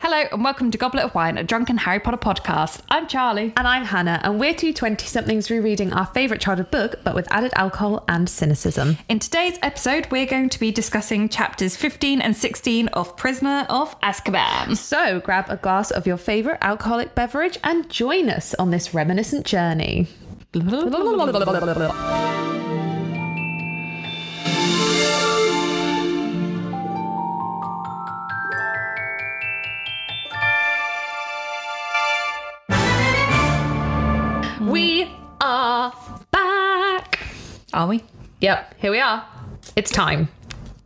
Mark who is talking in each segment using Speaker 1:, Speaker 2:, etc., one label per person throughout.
Speaker 1: Hello and welcome to Goblet of Wine, a drunken Harry Potter podcast. I'm Charlie.
Speaker 2: And I'm Hannah, and we're two 20 somethings rereading our favourite childhood book, but with added alcohol and cynicism.
Speaker 1: In today's episode, we're going to be discussing chapters 15 and 16 of Prisoner of Azkaban.
Speaker 2: So grab a glass of your favourite alcoholic beverage and join us on this reminiscent journey. We are back.
Speaker 1: Are we?
Speaker 2: Yep, here we are. It's time.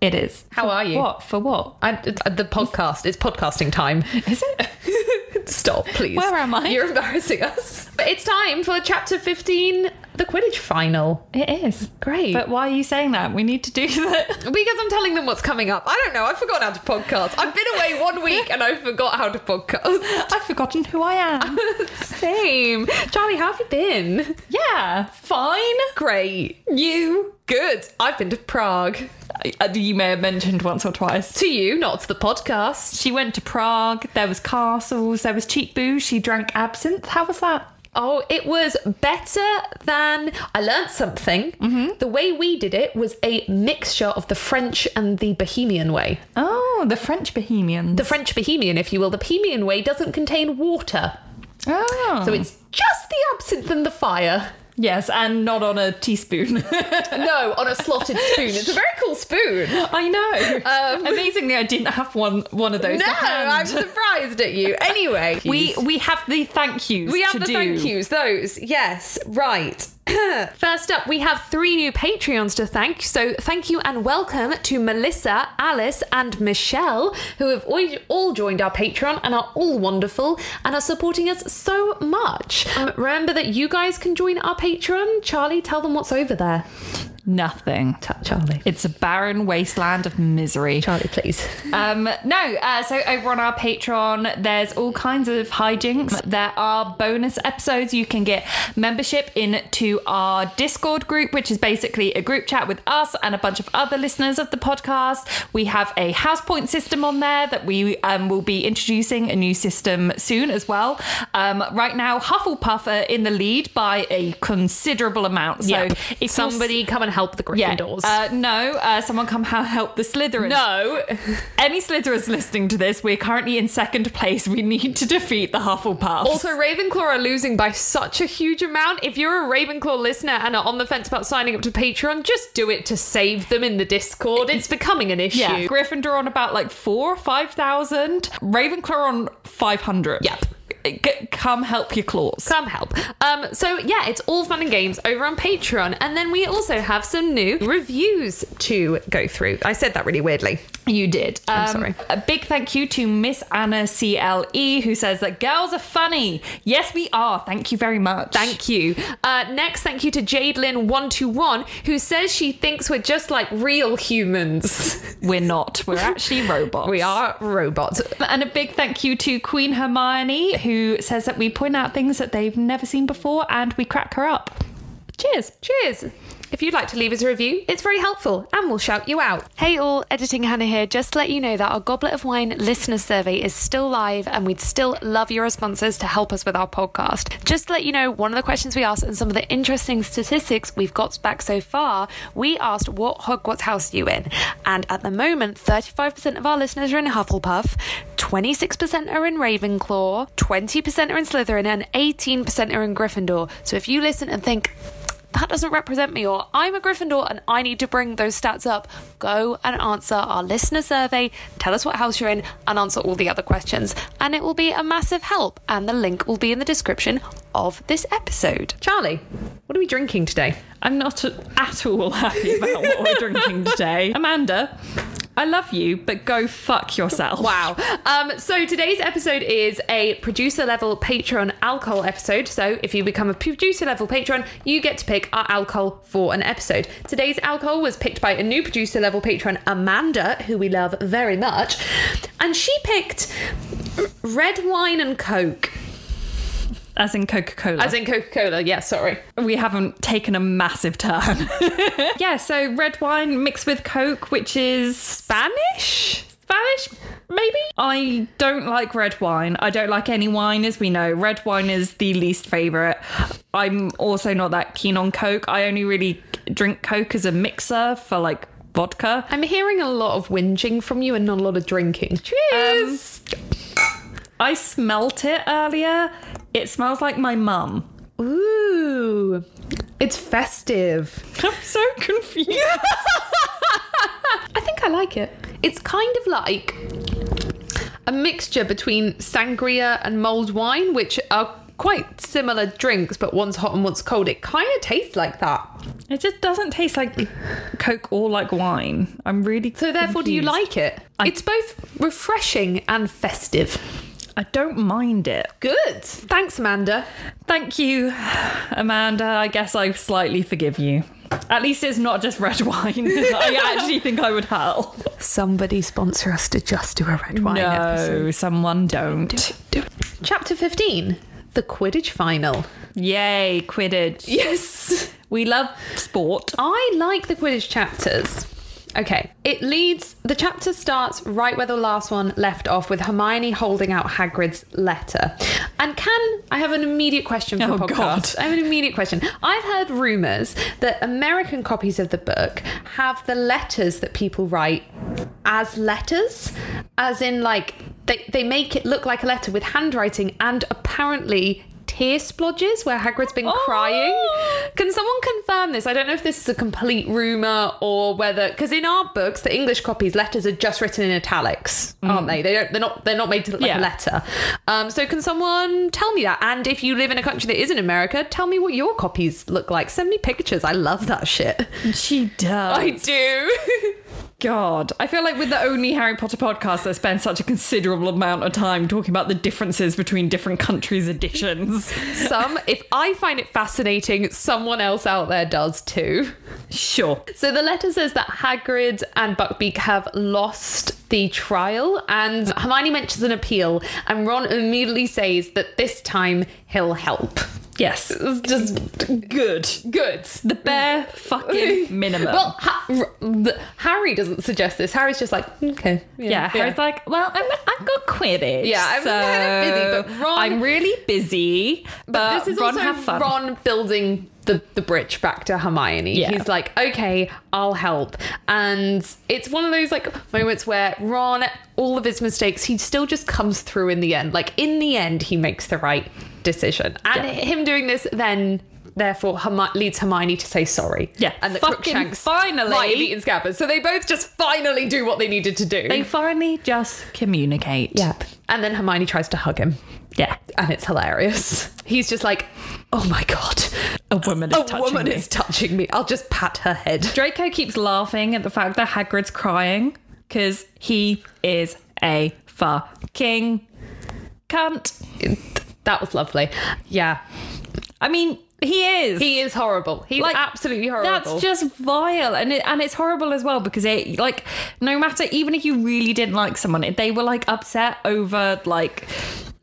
Speaker 1: It is.
Speaker 2: How
Speaker 1: For
Speaker 2: are you?
Speaker 1: What? For what?
Speaker 2: I, uh, the podcast. It's podcasting time.
Speaker 1: Is it?
Speaker 2: Stop, please.
Speaker 1: Where am I?
Speaker 2: You're embarrassing us. But it's time for chapter 15, the Quidditch final.
Speaker 1: It is.
Speaker 2: Great.
Speaker 1: But why are you saying that? We need to do that.
Speaker 2: because I'm telling them what's coming up. I don't know. I've forgotten how to podcast. I've been away one week and I forgot how to podcast.
Speaker 1: I've forgotten who I am.
Speaker 2: Same. Charlie, how have you been?
Speaker 1: yeah, fine.
Speaker 2: Great.
Speaker 1: You?
Speaker 2: Good. I've been to Prague.
Speaker 1: Uh, You may have mentioned once or twice.
Speaker 2: To you, not to the podcast.
Speaker 1: She went to Prague. There was castles. There was cheap booze. She drank absinthe. How was that?
Speaker 2: Oh, it was better than I learnt something. The way we did it was a mixture of the French and the Bohemian way.
Speaker 1: Oh, the French Bohemians.
Speaker 2: The French Bohemian, if you will, the Bohemian way doesn't contain water.
Speaker 1: oh.
Speaker 2: So it's just the absinthe and the fire.
Speaker 1: yes, and not on a teaspoon.
Speaker 2: No, on a slotted spoon. It's a very cool spoon.
Speaker 1: I know. Um, Amazingly, I didn't have one one of those.
Speaker 2: No,
Speaker 1: to hand.
Speaker 2: I'm surprised at you. Anyway,
Speaker 1: we we have the thank yous.
Speaker 2: We have
Speaker 1: to
Speaker 2: the
Speaker 1: do.
Speaker 2: thank yous, those. Yes, right. First up, we have three new Patreons to thank. So, thank you and welcome to Melissa, Alice, and Michelle, who have all, all joined our Patreon and are all wonderful and are supporting us so much. Um, remember that you guys can join our Patreon. Charlie, tell them what's over there.
Speaker 1: Nothing.
Speaker 2: T- Charlie.
Speaker 1: It's a barren wasteland of misery.
Speaker 2: Charlie, please.
Speaker 1: Um, no, uh, so over on our Patreon, there's all kinds of hijinks. There are bonus episodes. You can get membership into our Discord group, which is basically a group chat with us and a bunch of other listeners of the podcast. We have a house point system on there that we um, will be introducing a new system soon as well. Um, right now, Hufflepuff are in the lead by a considerable amount. So
Speaker 2: Yep.
Speaker 1: if somebody.
Speaker 2: somebody come and help the
Speaker 1: Yeah.
Speaker 2: Gryffindors.
Speaker 1: Uh, no, uh, someone come ha- help the Slytherins.
Speaker 2: no.
Speaker 1: Any Slytherins listening to this, we're currently in second place. We need to defeat the Hufflepuffs.
Speaker 2: Also, Ravenclaw are losing by such a huge amount. If you're a Ravenclaw listener and are on the fence about signing up to Patreon, just do it to save them in the Discord. It's becoming an issue.
Speaker 1: yeah, Gryffindor on about like four, five thousand. Ravenclaw on five hundred.
Speaker 2: Yep.
Speaker 1: C- come help your claws.
Speaker 2: Some help. Um, so yeah, it's all fun and games over on Patreon, and then we also have some new reviews to go through. I said that really weirdly.
Speaker 1: You did. Um,
Speaker 2: sorry.
Speaker 1: A big thank you to Miss Anna CLE who says that girls are funny. Yes, we are. Thank you very much.
Speaker 2: Thank you. Uh, next, thank you to Jade Lynn one two one, who says she thinks we're just like real humans.
Speaker 1: We're not. We're actually robots.
Speaker 2: we are robots.
Speaker 1: And a big thank you to Queen Hermione, who says that we point out things that they've never seen before and we crack her up. Cheers.
Speaker 2: Cheers! If you'd like to leave us a review, it's very helpful and we'll shout you out.
Speaker 3: Hey all, editing Hannah here. Just to let you know that our Goblet of Wine listener survey is still live and we'd still love your responses to help us with our podcast. Just to let you know, one of the questions we asked and some of the interesting statistics we've got back so far, we asked what Hogwarts house are you in? And at the moment, 35% of our listeners are in Hufflepuff, 26% are in Ravenclaw, 20% are in Slytherin, and 18% are in Gryffindor. So if you listen and think, that doesn't represent me, or I'm a Gryffindor and I need to bring those stats up. Go and answer our listener survey, tell us what house you're in, and answer all the other questions. And it will be a massive help, and the link will be in the description of this episode.
Speaker 2: Charlie, what are we drinking today?
Speaker 1: I'm not at all happy about what we're drinking today. Amanda, I love you, but go fuck yourself.
Speaker 2: Wow. Um, so today's episode is a producer level Patreon alcohol episode. So if you become a producer level patron, you get to pick our alcohol for an episode. Today's alcohol was picked by a new producer level patron, Amanda, who we love very much. And she picked r- red wine and Coke.
Speaker 1: As in Coca Cola.
Speaker 2: As in Coca Cola, yeah, sorry.
Speaker 1: we haven't taken a massive turn. yeah, so red wine mixed with Coke, which is
Speaker 2: Spanish?
Speaker 1: Spanish
Speaker 4: maybe?
Speaker 1: I don't like red wine. I don't like any wine, as we know. Red wine is the least favourite. I'm also not that keen on Coke. I only really drink Coke as a mixer for like vodka.
Speaker 4: I'm hearing a lot of whinging from you and not a lot of drinking. Cheers!
Speaker 1: Um, I smelt it earlier. It smells like my mum.
Speaker 2: Um,
Speaker 4: Ooh. It's festive.
Speaker 1: I'm so confused.
Speaker 4: I think I like it. It's kind of like a mixture between sangria and mulled wine, which are quite similar drinks, but one's hot and one's cold. It kind of tastes like that.
Speaker 1: It just doesn't taste like Coke or like wine. I'm really
Speaker 4: So, therefore, do you
Speaker 1: confused.
Speaker 4: like it? it's both refreshing and festive.
Speaker 1: I don't mind it.
Speaker 4: Good. Thanks, Amanda.
Speaker 1: Thank you, Amanda. I guess I slightly forgive you. At least it's not just red wine. I actually think I would help.
Speaker 4: Somebody sponsor us to just do a red wine episode.
Speaker 1: No, someone don't.
Speaker 4: Do it. Chapter 15 The Quidditch Final.
Speaker 1: Yay, Quidditch.
Speaker 4: Yes.
Speaker 1: We love sport.
Speaker 4: I like the Quidditch chapters. Okay, it leads, the chapter starts right where the last one left off with Hermione holding out Hagrid's letter. And can, I have an immediate question for
Speaker 1: Oh,
Speaker 4: the
Speaker 1: God.
Speaker 4: podcast. I have an immediate question. I've heard rumours that American copies of the book have the letters that people write as letters, as in, like, they, they make it look like a letter with handwriting and apparently tear splodges where Hagrid's been crying.
Speaker 1: Oh,
Speaker 4: Can someone confirm this? I don't know if this is a complete rumor or whether because in our books, the English copies, letters are just written in italics, aren't they? They don't. They're not. They're not made to look like
Speaker 1: Yeah.
Speaker 4: a letter. Um, so can someone tell me that? And if you live in a country that isn't America, tell me what your copies look like. Send me pictures. I love that shit.
Speaker 1: She does.
Speaker 4: I do.
Speaker 1: God, I feel like with the only Harry Potter podcast that spends such a considerable amount of time talking about the differences between different countries' editions.
Speaker 4: Some, if I find it fascinating, someone else out there does too.
Speaker 1: Sure.
Speaker 4: So the letter says that Hagrid and Buckbeak have lost the trial, and Hermione mentions an appeal, and Ron immediately says that this time he'll help.
Speaker 1: Yes.
Speaker 4: It's just
Speaker 1: Good.
Speaker 4: good.
Speaker 1: The bare fucking minimum.
Speaker 4: Well, ha- R- the- Harry doesn't suggest this. Harry's just like, okay,
Speaker 1: yeah, Harry's like, well, I'm, I've got Quidditch.
Speaker 4: Yeah, I'm kind of
Speaker 1: so
Speaker 4: busy, but Ron-
Speaker 1: I'm really busy. But,
Speaker 4: But this is
Speaker 1: Uh, Ron,
Speaker 4: also
Speaker 1: have fun.
Speaker 4: Ron building the, the bridge back to Hermione.
Speaker 1: Yeah.
Speaker 4: He's like, okay, I'll help. And it's one of those like moments where Ron, all of his mistakes, he still just comes through in the end. Like in the end, he makes the right decision. And
Speaker 1: Yeah.
Speaker 4: him doing this then therefore Hermi- leads Hermione to say sorry.
Speaker 1: Yeah,
Speaker 4: And that
Speaker 1: fucking
Speaker 4: Crookshanks
Speaker 1: finally.
Speaker 4: might have eaten Scabbers. So they both just finally do what they needed to do.
Speaker 1: They finally just communicate.
Speaker 4: Yep. And then Hermione tries to hug him.
Speaker 1: Yeah.
Speaker 4: And it's hilarious. He's just like, oh my God
Speaker 1: A woman is
Speaker 4: a
Speaker 1: touching
Speaker 4: woman
Speaker 1: me.
Speaker 4: is touching me. I'll just pat her head.
Speaker 1: Draco keeps laughing at the fact that Hagrid's crying because he is a fucking cunt.
Speaker 4: That was lovely. Yeah,
Speaker 1: I mean, he is.
Speaker 4: he is horrible. He's
Speaker 1: Like,
Speaker 4: absolutely horrible.
Speaker 1: That's just vile, and it, and it's horrible as well because it like no matter even if you really didn't like someone, if they were like upset over like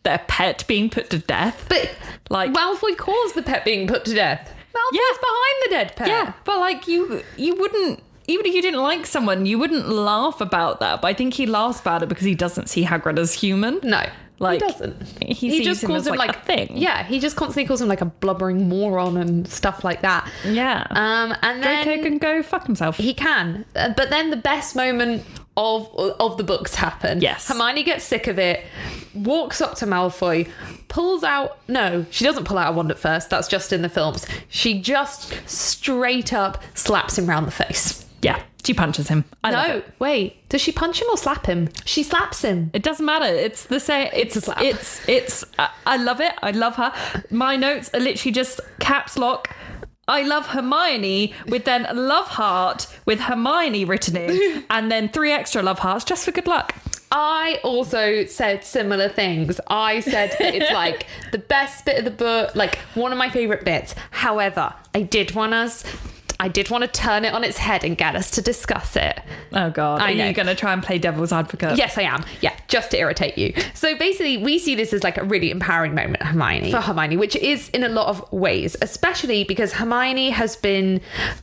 Speaker 1: their pet being put to death.
Speaker 4: but
Speaker 1: like-
Speaker 4: like Malfoy caused the pet being put to death. Malfoy's
Speaker 1: Yeah.
Speaker 4: behind the dead pet.
Speaker 1: yeah, but like you you wouldn't even if you didn't like someone, you wouldn't laugh about that. But I think he laughs about it because he doesn't see Hagrid as human.
Speaker 4: No,
Speaker 1: Like,
Speaker 4: he doesn't.
Speaker 1: he sees him as, like, a thing.
Speaker 4: Yeah, he just constantly calls him like a blubbering moron and stuff like that.
Speaker 1: Yeah.
Speaker 4: Um, and then
Speaker 1: Draco can go fuck himself.
Speaker 4: He can, Uh, but then the best moment of of the books happen.
Speaker 1: Yes.
Speaker 4: Hermione gets sick of it, walks up to Malfoy, pulls out. No, she doesn't pull out a wand at first. That's just in the films. She just straight up slaps him round the face.
Speaker 1: yeah, she punches him. I love
Speaker 4: no,
Speaker 1: it.
Speaker 4: wait. Does she punch him or slap him? She slaps him.
Speaker 1: It doesn't matter. It's the same. It's
Speaker 4: a slap.
Speaker 1: It's it's. I, I love it. I love her. My notes are literally just caps lock. I love Hermione with then love heart with Hermione written in, and then three extra love hearts just for good luck.
Speaker 4: I also said similar things. I said that it's like the best bit of the book, like one of my favorite bits. However, I did want us. I did want to turn it on its head and get us to discuss it.
Speaker 1: Oh God!
Speaker 4: I
Speaker 1: are
Speaker 4: know.
Speaker 1: you going to try and play devil's advocate?
Speaker 4: Yes, I am. Yeah, just to irritate you. So basically, we see this as like a really empowering moment Hermione for Hermione, which is in a lot of ways, especially because Hermione has been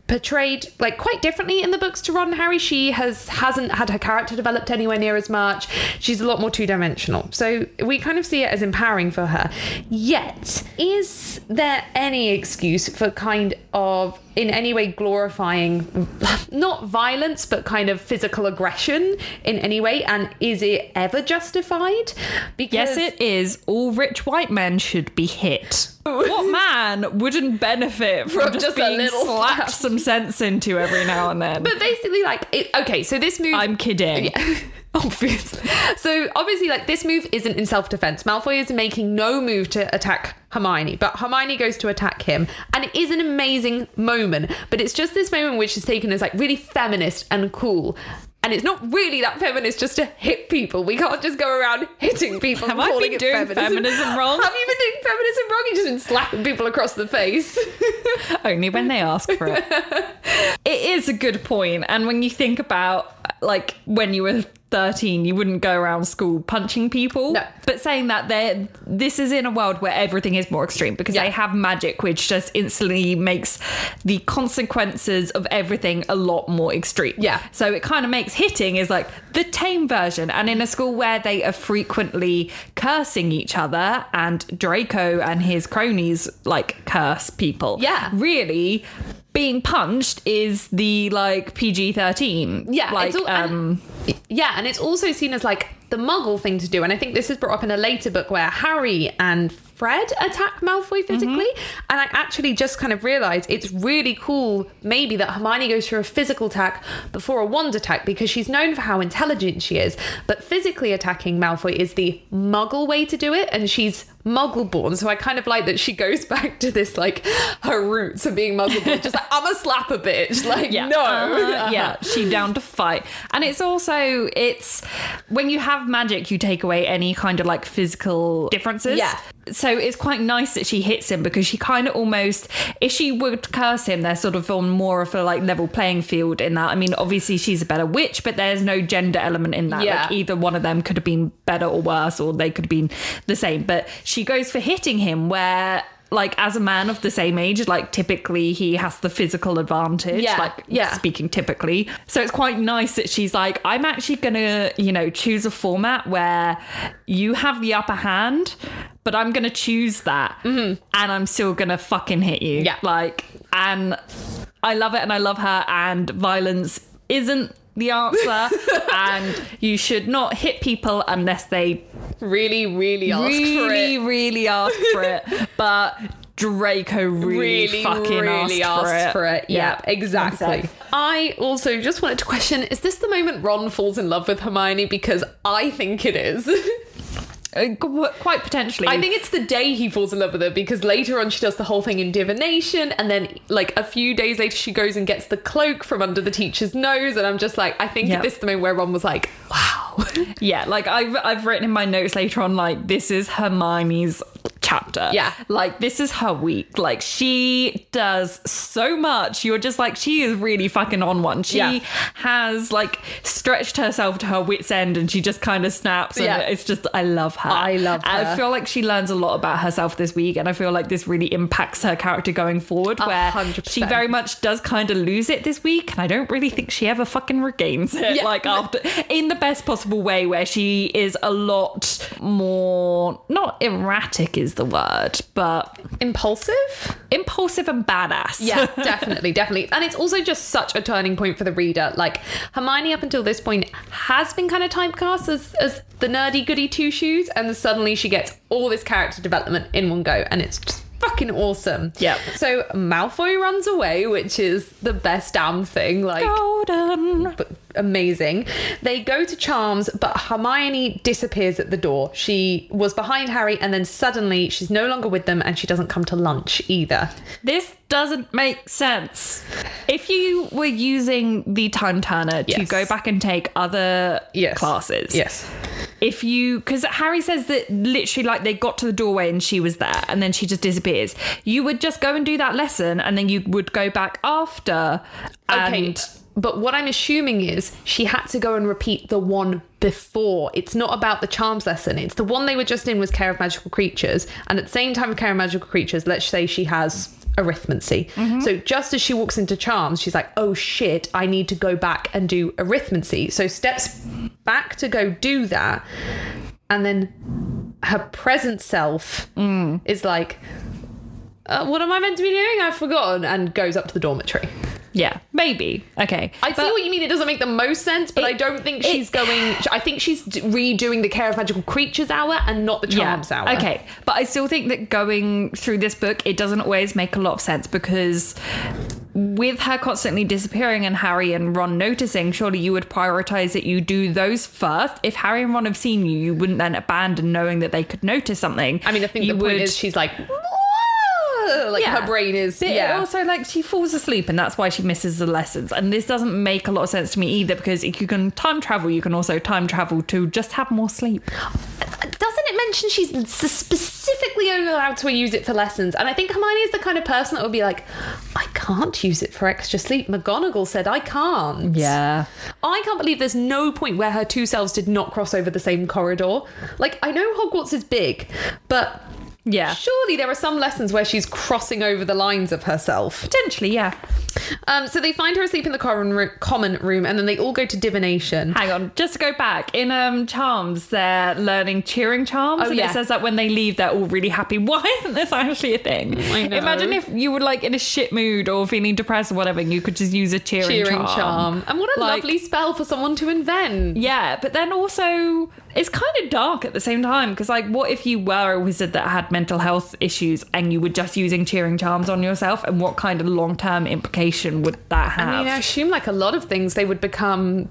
Speaker 4: portrayed like quite differently in the books to Ron and Harry. She has hasn't had her character developed anywhere near as much. She's a lot more two dimensional. So we kind of see it as empowering for her. Yet, is there any excuse for kind of in any way glorifying not violence but kind of physical aggression in any way and is it ever justified
Speaker 1: Yes,
Speaker 4: because
Speaker 1: it is. All rich white men should be hit. What man wouldn't benefit from,
Speaker 4: From
Speaker 1: just,
Speaker 4: just a
Speaker 1: being
Speaker 4: little
Speaker 1: slapped
Speaker 4: slap.
Speaker 1: some sense into every now and then?
Speaker 4: but basically like it, okay so this move
Speaker 1: I'm kidding.
Speaker 4: Yeah. Obviously. So obviously, like this move isn't in self-defense. Malfoy is making no move to attack Hermione, but Hermione goes to attack him, and it is an amazing moment. But it's just this moment which is taken as like really feminist and cool. And it's not really that feminist just to hit people. We can't just go around hitting people.
Speaker 1: Have
Speaker 4: and
Speaker 1: I
Speaker 4: calling
Speaker 1: been
Speaker 4: it
Speaker 1: doing feminism wrong?
Speaker 4: Have you been doing feminism wrong? You've just been slapping people across the face.
Speaker 1: Only when they ask for it. it is a good point, and when you think about like when you were. 13 you wouldn't go around school punching people
Speaker 4: No.
Speaker 1: but saying that there this is in a world where everything is more extreme because
Speaker 4: Yeah.
Speaker 1: they have magic which just instantly makes the consequences of everything a lot more extreme
Speaker 4: Yeah.
Speaker 1: so it kind of makes hitting is like the tame version and in a school where they are frequently cursing each other and draco and his cronies like curse people
Speaker 4: Yeah.
Speaker 1: really being punched is the like PG-13
Speaker 4: Yeah, it's
Speaker 1: like
Speaker 4: all- and-
Speaker 1: um
Speaker 4: Yeah, and it's also seen as like the muggle thing to do. And I think this is brought up in a later book where Harry and Fred attack
Speaker 1: Mm-hmm.
Speaker 4: Malfoy physically. And I actually just kind of realised it's really cool, maybe, that Hermione goes for a physical attack before a wand attack because she's known for how intelligent she is. But physically attacking Malfoy is the muggle way to do it. And she's muggle born. So I kind of like that she goes back to this, like, her roots of being muggle born. just like, I'm a slapper bitch. Like, no.
Speaker 1: Uh-huh, yeah she down to fight and it's also it's when you have magic you take away any kind of like physical differences
Speaker 4: Yeah.
Speaker 1: so it's quite nice that she hits him because she kind of almost if she would curse him they're sort of on more of a like level playing field in that i mean obviously she's a better witch but there's no gender element in that
Speaker 4: Yeah.
Speaker 1: like either one of them could have been better or worse or they could have been the same but she goes for hitting him where like as a man of the same age like typically he has the physical advantage
Speaker 4: Yeah,
Speaker 1: like
Speaker 4: yeah.
Speaker 1: speaking typically. So it's quite nice that she's like, I'm actually gonna, you know, choose a format where you have the upper hand, but I'm gonna choose that, and I'm still gonna fucking hit you.
Speaker 4: Mm-hmm. Yeah.
Speaker 1: like, and I love it, and I love her, and violence isn't the answer, and you should not hit people unless they
Speaker 4: Really, really ask for it.
Speaker 1: really, really ask for it, but. Draco really,
Speaker 4: really,
Speaker 1: fucking
Speaker 4: really
Speaker 1: asked,
Speaker 4: asked for it. Yeah, exactly.
Speaker 1: Exactly.
Speaker 4: I also just wanted to question: Is this the moment Ron falls in love with Hermione? Because I think it is.
Speaker 1: Uh, qu- quite potentially.
Speaker 4: I think it's the day he falls in love with her because later on she does the whole thing in divination, and then like a few days later she goes and gets the cloak from under the teacher's nose, and I'm just like, I think
Speaker 1: Yeah.
Speaker 4: this is the moment where Ron was like, "Wow."
Speaker 1: Yeah, like I've I've written in my notes later on, like this is Hermione's chapter.
Speaker 4: Yeah.
Speaker 1: like this is her week. Like she does so much. You're just like she is really fucking on one. She
Speaker 4: Yeah.
Speaker 1: has like stretched herself to her wits end, and she just kind of snaps. And
Speaker 4: Yeah.
Speaker 1: it's just I love her.
Speaker 4: I love
Speaker 1: I
Speaker 4: her.
Speaker 1: feel like she learns a lot about herself this week, and I feel like this really impacts her character going forward. Where
Speaker 4: hundred
Speaker 1: she
Speaker 4: percent.
Speaker 1: very much does kind of lose it this week, and I don't really think she ever fucking regains it
Speaker 4: Yeah.
Speaker 1: like after in the best possible way where she is a lot more not erratic is the word but
Speaker 4: Impulsive.
Speaker 1: impulsive and badass
Speaker 4: Yeah, definitely, definitely. And it's also just such a turning point for the reader. Like Hermione up until this point has been kind of typecast as as the nerdy goody two shoes, and suddenly she gets all this character development in one go, and it's just fucking awesome.
Speaker 1: Yep.
Speaker 4: So Malfoy runs away, which is the best damn thing. Like
Speaker 1: Oh. golden
Speaker 4: but amazing. They go to Charms, but Hermione disappears at the door. She was behind Harry, and then suddenly she's no longer with them, and she doesn't come to lunch either.
Speaker 1: this doesn't make sense if you were using the time turner to
Speaker 4: Yes.
Speaker 1: go back and take other
Speaker 4: Yes.
Speaker 1: classes
Speaker 4: Yes.
Speaker 1: if you because harry says that literally like they got to the doorway and she was there and then she just disappears you would just go and do that lesson and then you would go back after
Speaker 4: Okay.
Speaker 1: and
Speaker 4: But what I'm assuming is she had to go and repeat the one before. It's not about the charms lesson. It's the one they were just in was Care of Magical Creatures. And at the same time of Care of Magical Creatures, let's say she has arithmancy. So just as she walks into charms, she's like, oh shit, I need to go back and do arithmancy. So steps back to go do that. And then her present self is like, uh, what am I meant to be doing? I've forgotten, and goes up to the dormitory.
Speaker 1: Yeah, maybe. Okay.
Speaker 4: I see what you mean. It doesn't make the most sense, but I don't think she's going. I think she's d- redoing the Care of Magical Creatures hour and not the Charms hour.
Speaker 1: Okay, but I still think that going through this book, it doesn't always make a lot of sense because with her constantly disappearing and Harry and Ron noticing, surely you would prioritize that you do those first. If Harry and Ron have seen you, you wouldn't then abandon knowing that they could notice something.
Speaker 4: I mean, I think
Speaker 1: you
Speaker 4: the point is she's like, "Whoa," like
Speaker 1: Yeah.
Speaker 4: her brain is.
Speaker 1: But
Speaker 4: yeah.
Speaker 1: also like she falls asleep and that's why she misses the lessons. And this doesn't make a lot of sense to me either because if you can time travel, you can also time travel to just have more sleep.
Speaker 4: doesn't it mention she's s- specifically only allowed to use it for lessons? And I think Hermione is the kind of person that would be like, I can't use it for extra sleep. McGonagall said I can't.
Speaker 1: Yeah.
Speaker 4: I can't believe there's no point where her two selves did not cross over the same corridor. Like, I know Hogwarts is big, but
Speaker 1: Yeah.
Speaker 4: surely there are some lessons where she's crossing over the lines of herself.
Speaker 1: Potentially, yeah.
Speaker 4: Um, so they find her asleep in the common room, common room and then they all go to divination.
Speaker 1: Hang on, just to go back in um charms, they're learning cheering charms,
Speaker 4: Oh,
Speaker 1: and
Speaker 4: yeah.
Speaker 1: it says that when they leave, they're all really happy. Why isn't this actually a thing?
Speaker 4: I know.
Speaker 1: Imagine if you were like in a shit mood or feeling depressed or whatever, and you could just use a cheering,
Speaker 4: Cheering charm.
Speaker 1: charm.
Speaker 4: And what a
Speaker 1: Like-
Speaker 4: lovely spell for someone to invent.
Speaker 1: Yeah, but then also it's kind of dark at the same time because, like, what if you were a wizard that had mental health issues and you were just using cheering charms on yourself, and what kind of long term implication would that have?
Speaker 4: I mean, I assume like a lot of things, they would become,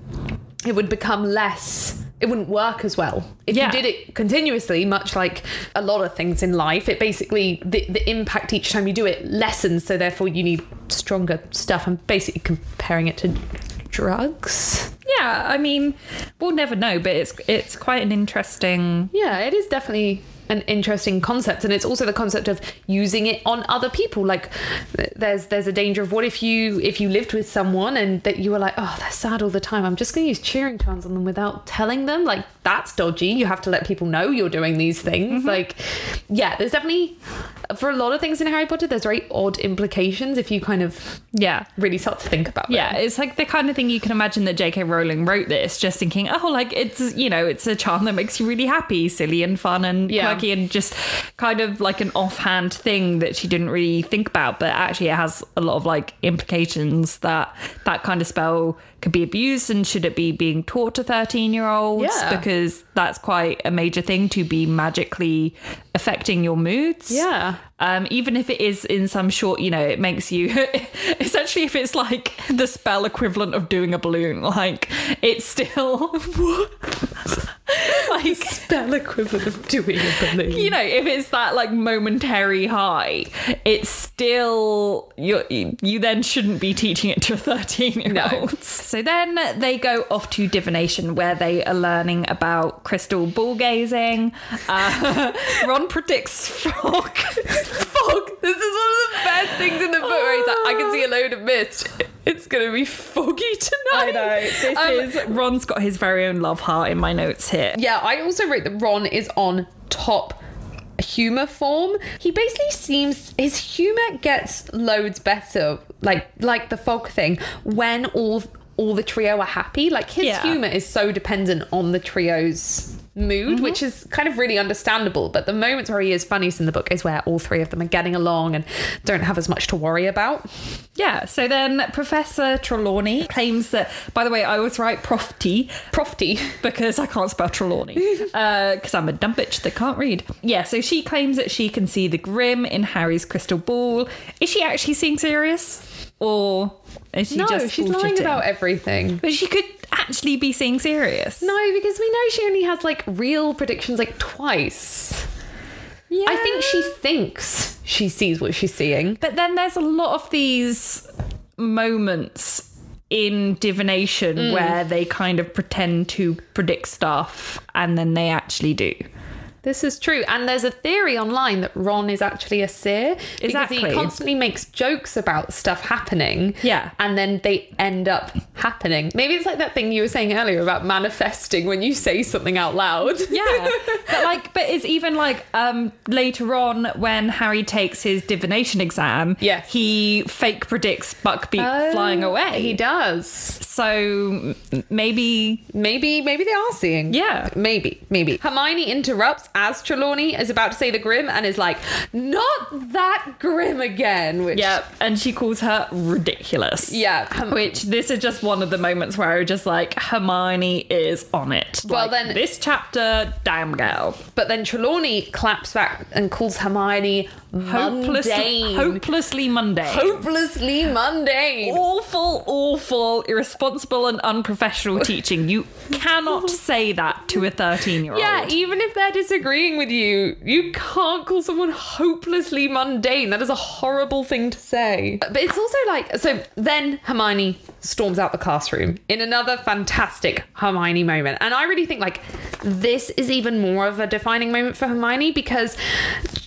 Speaker 4: it would become less. It wouldn't work as well if
Speaker 1: Yeah.
Speaker 4: you did it continuously. Much like a lot of things in life, it basically the, the impact each time you do it lessens. So therefore, you need stronger stuff. I'm basically comparing it to drugs.
Speaker 1: yeah, I mean, we'll never know, but it's it's quite an interesting
Speaker 4: Yeah, it is definitely an interesting concept and it's also the concept of using it on other people like th- there's there's a danger of what if you if you lived with someone and that you were like oh they're sad all the time i'm just going to use cheering charms on them without telling them like that's dodgy you have to let people know you're doing these things like yeah there's definitely for a lot of things in harry potter there's very odd implications if you kind of
Speaker 1: yeah
Speaker 4: really start to think about
Speaker 1: Yeah, it's like the kind of thing you can imagine that J.K. Rowling wrote this, just thinking, oh, like it's you know, it's a charm that makes you really happy, silly and fun and
Speaker 4: Yeah.
Speaker 1: quirky, and just kind of like an offhand thing that she didn't really think about, but actually it has a lot of like implications that that kind of spell could be abused and should it be being taught to thirteen year olds
Speaker 4: Yeah.
Speaker 1: because that's quite a major thing to be magically affecting your moods.
Speaker 4: Yeah.
Speaker 1: Um, even if it is in some short, you know, it makes you essentially if it's like the spell equivalent of doing a balloon, like it's still like
Speaker 4: spell equivalent of doing a balloon
Speaker 1: you know, if it's that like momentary high, it's still you. You then shouldn't be teaching it to a thirteen-year-old. So then they go off to divination, where they are learning about crystal ball gazing. Uh, Ron predicts frog.
Speaker 4: fog. This is one of the best things in the book. Where he's like, I can see a load of mist. It's gonna be foggy tonight.
Speaker 1: This
Speaker 4: Um,
Speaker 1: is Ron's got his very own love heart in my notes here.
Speaker 4: Yeah, I also wrote that Ron is on top humor form. He basically seems his humor gets loads better, like like the fog thing when all all the trio are happy. Like his
Speaker 1: Yeah.
Speaker 4: humor is so dependent on the trio's mood, which is kind of really understandable. But the moments where he is funniest in the book is where all three of them are getting along and don't have as much to worry about.
Speaker 1: Yeah. So then Professor Trelawney claims that. By the way, I always write Prof T.
Speaker 4: Profty.
Speaker 1: because I can't spell Trelawney. Because I'm a dumb bitch that can't read. Yeah, so she claims that she can see the grim in Harry's crystal ball. Is she actually seeing Sirius? Or is she
Speaker 4: no,
Speaker 1: just
Speaker 4: she's lying
Speaker 1: bullshitting?
Speaker 4: about everything.
Speaker 1: But she could actually be seeing Sirius.
Speaker 4: No, because we know she only has like real predictions like twice.
Speaker 1: yeah.
Speaker 4: I think she thinks she sees what she's seeing.
Speaker 1: But then there's a lot of these moments in divination
Speaker 4: Mm.
Speaker 1: where they kind of pretend to predict stuff and then they actually do.
Speaker 4: This is true. And there's a theory online that Ron is actually a seer because
Speaker 1: Exactly.
Speaker 4: he constantly makes jokes about stuff happening.
Speaker 1: Yeah.
Speaker 4: And then they end up happening. Maybe it's like that thing you were saying earlier about manifesting when you say something out loud.
Speaker 1: Yeah. but like but it's even like um later on when Harry takes his divination exam,
Speaker 4: Yes.
Speaker 1: he fake predicts Buckbeak
Speaker 4: Oh,
Speaker 1: flying away.
Speaker 4: He does.
Speaker 1: So m- maybe
Speaker 4: Maybe, maybe they are seeing.
Speaker 1: Yeah.
Speaker 4: Maybe, maybe. Hermione interrupts as Trelawney is about to say the grim and is like, not that grim again. Which,
Speaker 1: yeah, and she calls her ridiculous.
Speaker 4: Yeah. Herm-
Speaker 1: Which this is just one of the moments where I was just like Hermione is on it.
Speaker 4: Well,
Speaker 1: Like,
Speaker 4: then-
Speaker 1: this chapter, damn girl,
Speaker 4: But then Trelawney claps back and calls Hermione
Speaker 1: hopelessly,
Speaker 4: mundane.
Speaker 1: hopelessly mundane,
Speaker 4: Hopelessly mundane.
Speaker 1: awful, awful, irresponsible, and unprofessional teaching. You cannot say that to a thirteen-year-old.
Speaker 4: Yeah, e- even if they're disagreeing with you, you can't call someone hopelessly mundane. That is a horrible thing to say. But it's also like, so then Hermione storms out the classroom in another fantastic Hermione moment. And I really think, like, this is even more of a defining moment for Hermione because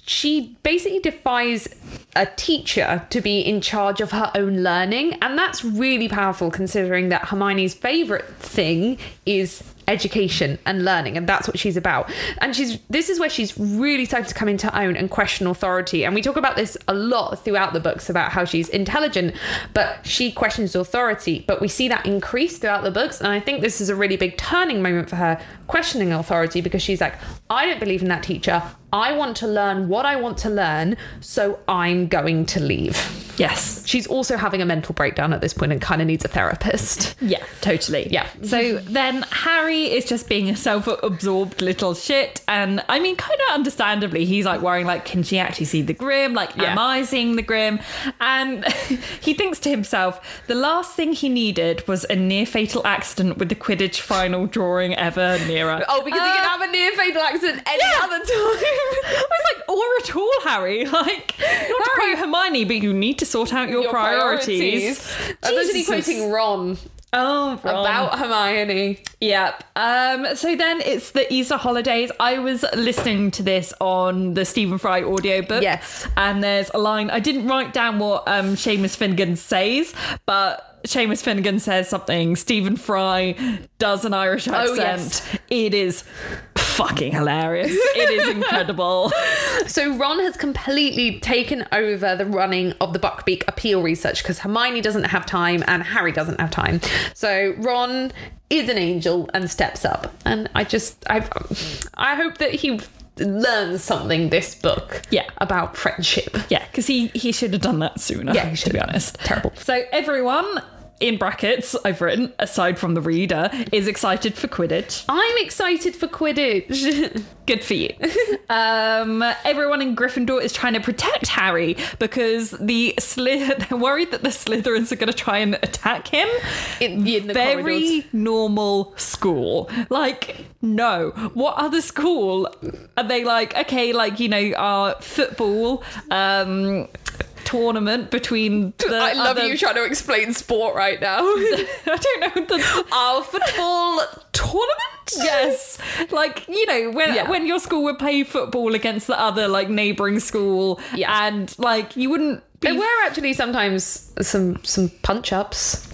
Speaker 4: she basically defies a teacher to be in charge of her own learning. And that's really powerful considering that Hermione's favorite thing is education and learning and that's what she's about and she's this is where she's really starting to come into her own and question authority and we talk about this a lot throughout the books about how she's intelligent but she questions authority but we see that increase throughout the books and i think this is a really big turning moment for her questioning authority because she's like i don't believe in that teacher i want to learn what i want to learn so i'm going to leave
Speaker 1: Yes.
Speaker 4: she's also having a mental breakdown at this point and kind of needs a therapist
Speaker 1: Yeah, totally.
Speaker 4: Yeah.
Speaker 1: So then Harry is just being a self absorbed little shit. And I mean, kind of understandably, he's like worrying, like, can she actually see the grim? Like, am
Speaker 4: Yeah.
Speaker 1: I seeing the grim? And he thinks to himself, the last thing he needed was a near fatal accident with the Quidditch final drawing ever nearer. Uh,
Speaker 4: Oh, because he can have a near fatal accident any other time.
Speaker 1: I was like, or at all, Harry. Like, not to
Speaker 4: Harry-
Speaker 1: quote Hermione, but you need to sort out your, priorities.
Speaker 4: I was actually
Speaker 1: Jesus.
Speaker 4: quoting Ron,
Speaker 1: Oh, Ron.
Speaker 4: about Hermione.
Speaker 1: Yep. Um, so then it's the Easter holidays. I was listening to this on the Stephen Fry audiobook.
Speaker 4: Yes.
Speaker 1: And there's a line, I didn't write down what um, Seamus Finnegan says, but Seamus Finnegan says something. Stephen Fry does an Irish accent.
Speaker 4: Oh, yes.
Speaker 1: It is fucking hilarious. It is incredible.
Speaker 4: So Ron has completely taken over the running of the Buckbeak appeal research because Hermione doesn't have time and Harry doesn't have time. So Ron is an angel and steps up. And I just, I, I hope that he learns something this book
Speaker 1: Yeah.
Speaker 4: about friendship.
Speaker 1: yeah, because he, he should have done that sooner.
Speaker 4: Yeah, he
Speaker 1: to
Speaker 4: should
Speaker 1: be
Speaker 4: have.
Speaker 1: honest.
Speaker 4: Terrible.
Speaker 1: So everyone. In brackets, I've written, aside from the reader, is excited for Quidditch.
Speaker 4: I'm excited for Quidditch.
Speaker 1: Good for you. um, everyone in Gryffindor is trying to protect Harry because the Slyth- they're worried that the Slytherins are going to try and attack him.
Speaker 4: In- in the
Speaker 1: Very
Speaker 4: corridors.
Speaker 1: normal school. Like, no. What other school are they like? Okay, like you know, our football um, tournament between the.
Speaker 4: I love
Speaker 1: other-
Speaker 4: you trying to explain sport right now.
Speaker 1: I don't know. The,
Speaker 4: our football tournament.
Speaker 1: Yes, like you know when
Speaker 4: Yeah.
Speaker 1: when your school would play football against the other like neighboring school,
Speaker 4: Yeah.
Speaker 1: and like you wouldn't. Be,
Speaker 4: There were actually sometimes some some punch ups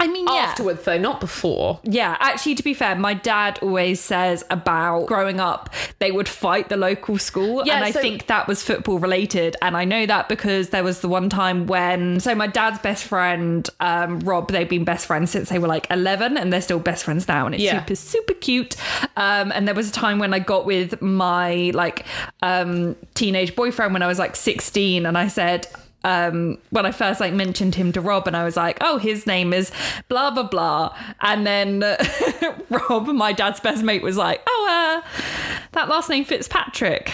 Speaker 1: I mean, yeah,
Speaker 4: afterward though, not before.
Speaker 1: yeah. Actually, to be fair, my dad always says about growing up they would fight the local school,
Speaker 4: Yeah,
Speaker 1: and I
Speaker 4: so-
Speaker 1: think that was football related, and I know that because there was the one time when so my dad's best friend um, Rob, they've been best friends since they were like eleven, and they're still best friends now, and it's
Speaker 4: Yeah.
Speaker 1: super super cute. Um, and there was a time when I got with my like um, teenage boyfriend when I was like 16, and I said. Um, when I first like mentioned him to Rob, and I was like, "Oh, his name is blah blah blah," and then Rob, my dad's best mate, was like, "Oh, uh, that last name Fitzpatrick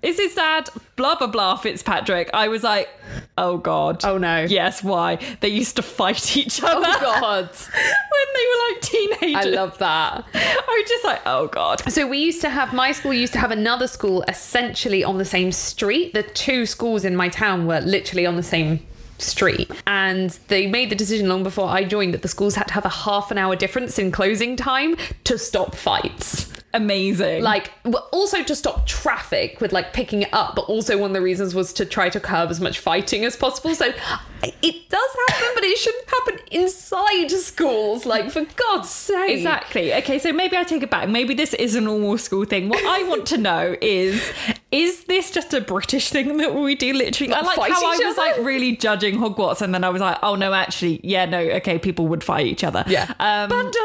Speaker 1: is his dad blah blah blah Fitzpatrick?" I was like, "Oh God,
Speaker 4: Oh, no.
Speaker 1: yes, why they used to fight each other?"
Speaker 4: Oh god.
Speaker 1: when they were like
Speaker 4: I
Speaker 1: teenagers.
Speaker 4: love that.
Speaker 1: I was just like, oh god.
Speaker 4: So we used to have my school used to have another school essentially on the same street. The two schools in my town were literally on the same street and they made the decision long before I joined that the schools had to have a half an hour difference in closing time to stop fights.
Speaker 1: amazing.
Speaker 4: like w- also to stop traffic with like picking it up but also one of the reasons was to try to curb as much fighting as possible so it does happen but it shouldn't happen inside schools like for god's sake
Speaker 1: Exactly. Okay, so maybe I take it back. Maybe this is a normal school thing. What I want to know is is this just a British thing that we do literally? I like
Speaker 4: fight
Speaker 1: how I
Speaker 4: each
Speaker 1: was
Speaker 4: other?
Speaker 1: like really judging Hogwarts and then I was like, oh no, actually, yeah, no, okay, people would fight each other.
Speaker 4: Yeah.
Speaker 1: Um,
Speaker 4: bundle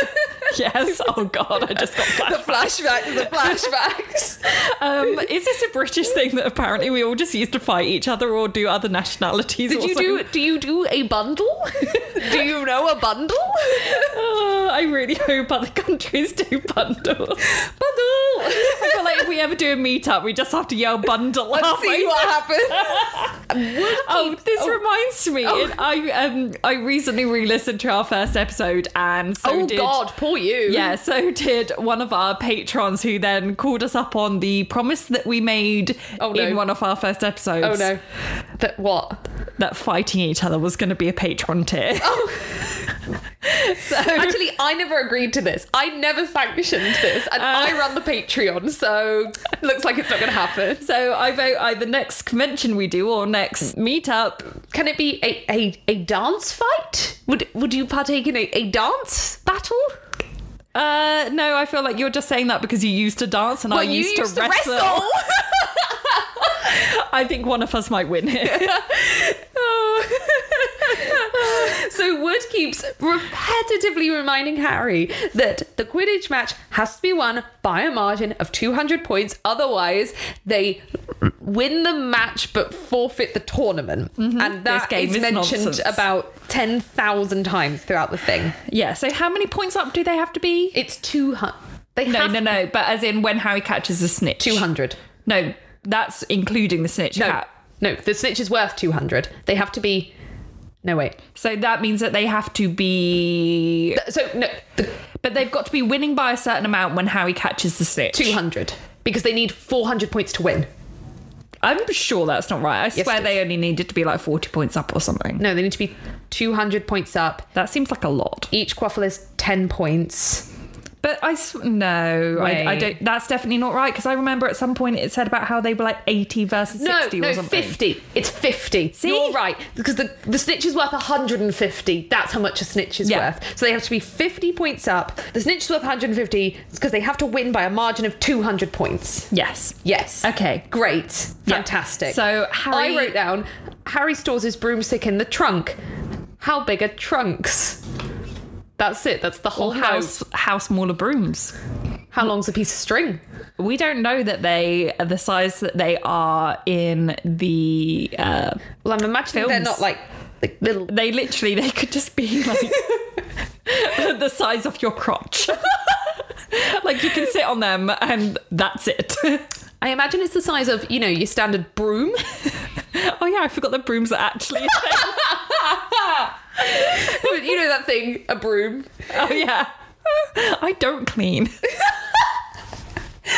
Speaker 1: yes. Oh god, I just got
Speaker 4: the
Speaker 1: flashed.
Speaker 4: flashbacks the flashbacks
Speaker 1: Um, is this a British thing that apparently we all just used to fight each other or do other nationalities?
Speaker 4: did you
Speaker 1: also?
Speaker 4: do do you do a bundle do you know a bundle
Speaker 1: Oh, I really hope other countries do bundle.
Speaker 4: bundle
Speaker 1: I feel like if we ever do a meetup, we just have to yell bundle.
Speaker 4: let's
Speaker 1: halfway
Speaker 4: see what happens
Speaker 1: Oh, this reminds me.
Speaker 4: Oh.
Speaker 1: it- I um I recently re-listened to our first episode, and so
Speaker 4: oh
Speaker 1: did,
Speaker 4: god poor you
Speaker 1: yeah, so did one of our patrons who then called us up on the promise that we made
Speaker 4: Oh, no.
Speaker 1: in one of our first episodes.
Speaker 4: oh no that what
Speaker 1: that fighting each other was going to be a patron tier. so
Speaker 4: Actually, I never agreed to this. I never sanctioned this, and I run the Patreon, so looks like it's not going to happen.
Speaker 1: so I vote either next convention we do or next meetup.
Speaker 4: Can it be a, a, a dance fight? Would would you partake in a, a dance battle?
Speaker 1: Uh, no, I feel like you're just saying that because you used to dance and I
Speaker 4: Well, you
Speaker 1: used, to wrestle. I think one of us might win here.
Speaker 4: so Wood keeps repetitively reminding Harry that the Quidditch match has to be won by a margin of 200 points, otherwise they win the match but forfeit the tournament. And that
Speaker 1: game
Speaker 4: Mm-hmm. is
Speaker 1: is
Speaker 4: mentioned
Speaker 1: nonsense.
Speaker 4: about 10,000 times throughout the thing.
Speaker 1: Yeah, so how many points up do they have to be?
Speaker 4: It's 200. They
Speaker 1: No,
Speaker 4: have
Speaker 1: no, no, but as in when Harry catches a snitch.
Speaker 4: 200.
Speaker 1: No, that's including the snitch
Speaker 4: No,
Speaker 1: cat.
Speaker 4: no, the snitch is worth 200. They have to be. No, wait.
Speaker 1: So that means that they have to be.
Speaker 4: So, no, the
Speaker 1: But they've got to be winning by a certain amount when Harry catches the snitch.
Speaker 4: 200. Because they need 400 points to win.
Speaker 1: I'm sure that's not right. I swear
Speaker 4: it
Speaker 1: they only needed to be like 40 points up or something.
Speaker 4: No, they need to be 200 points up.
Speaker 1: That seems like a lot.
Speaker 4: Each quaffle is 10 points.
Speaker 1: But I. Sw- no, I, I
Speaker 4: Wait.
Speaker 1: don't. That's definitely not right because I remember at some point it said about how they were like 80 versus 60 or something.
Speaker 4: 50. It's 50.
Speaker 1: See?
Speaker 4: You're right. Because the, the snitch is worth 150. That's how much a snitch is
Speaker 1: Yeah.
Speaker 4: worth. So they have to be 50 points up. The snitch is worth 150 because they have to win by a margin of 200 points.
Speaker 1: Yes.
Speaker 4: Yes.
Speaker 1: Okay.
Speaker 4: Great.
Speaker 1: Yeah.
Speaker 4: Fantastic.
Speaker 1: So Harry.
Speaker 4: I wrote down Harry stores his broomstick in the trunk. How big are trunks? That's it. That's the whole
Speaker 1: how,
Speaker 4: house.
Speaker 1: s- how small are brooms?
Speaker 4: How long's a piece of string?
Speaker 1: We don't know that they are the size that they are in the. Uh,
Speaker 4: Well, I'm imagining they're
Speaker 1: Films.
Speaker 4: not like like little.
Speaker 1: they literally they could just be like the size of your crotch. like you can sit on them and that's it. oh
Speaker 4: I imagine it's the size of you know your standard broom.
Speaker 1: Oh yeah, I forgot that brooms are actually.
Speaker 4: you know that thing, a broom.
Speaker 1: oh yeah. I don't clean.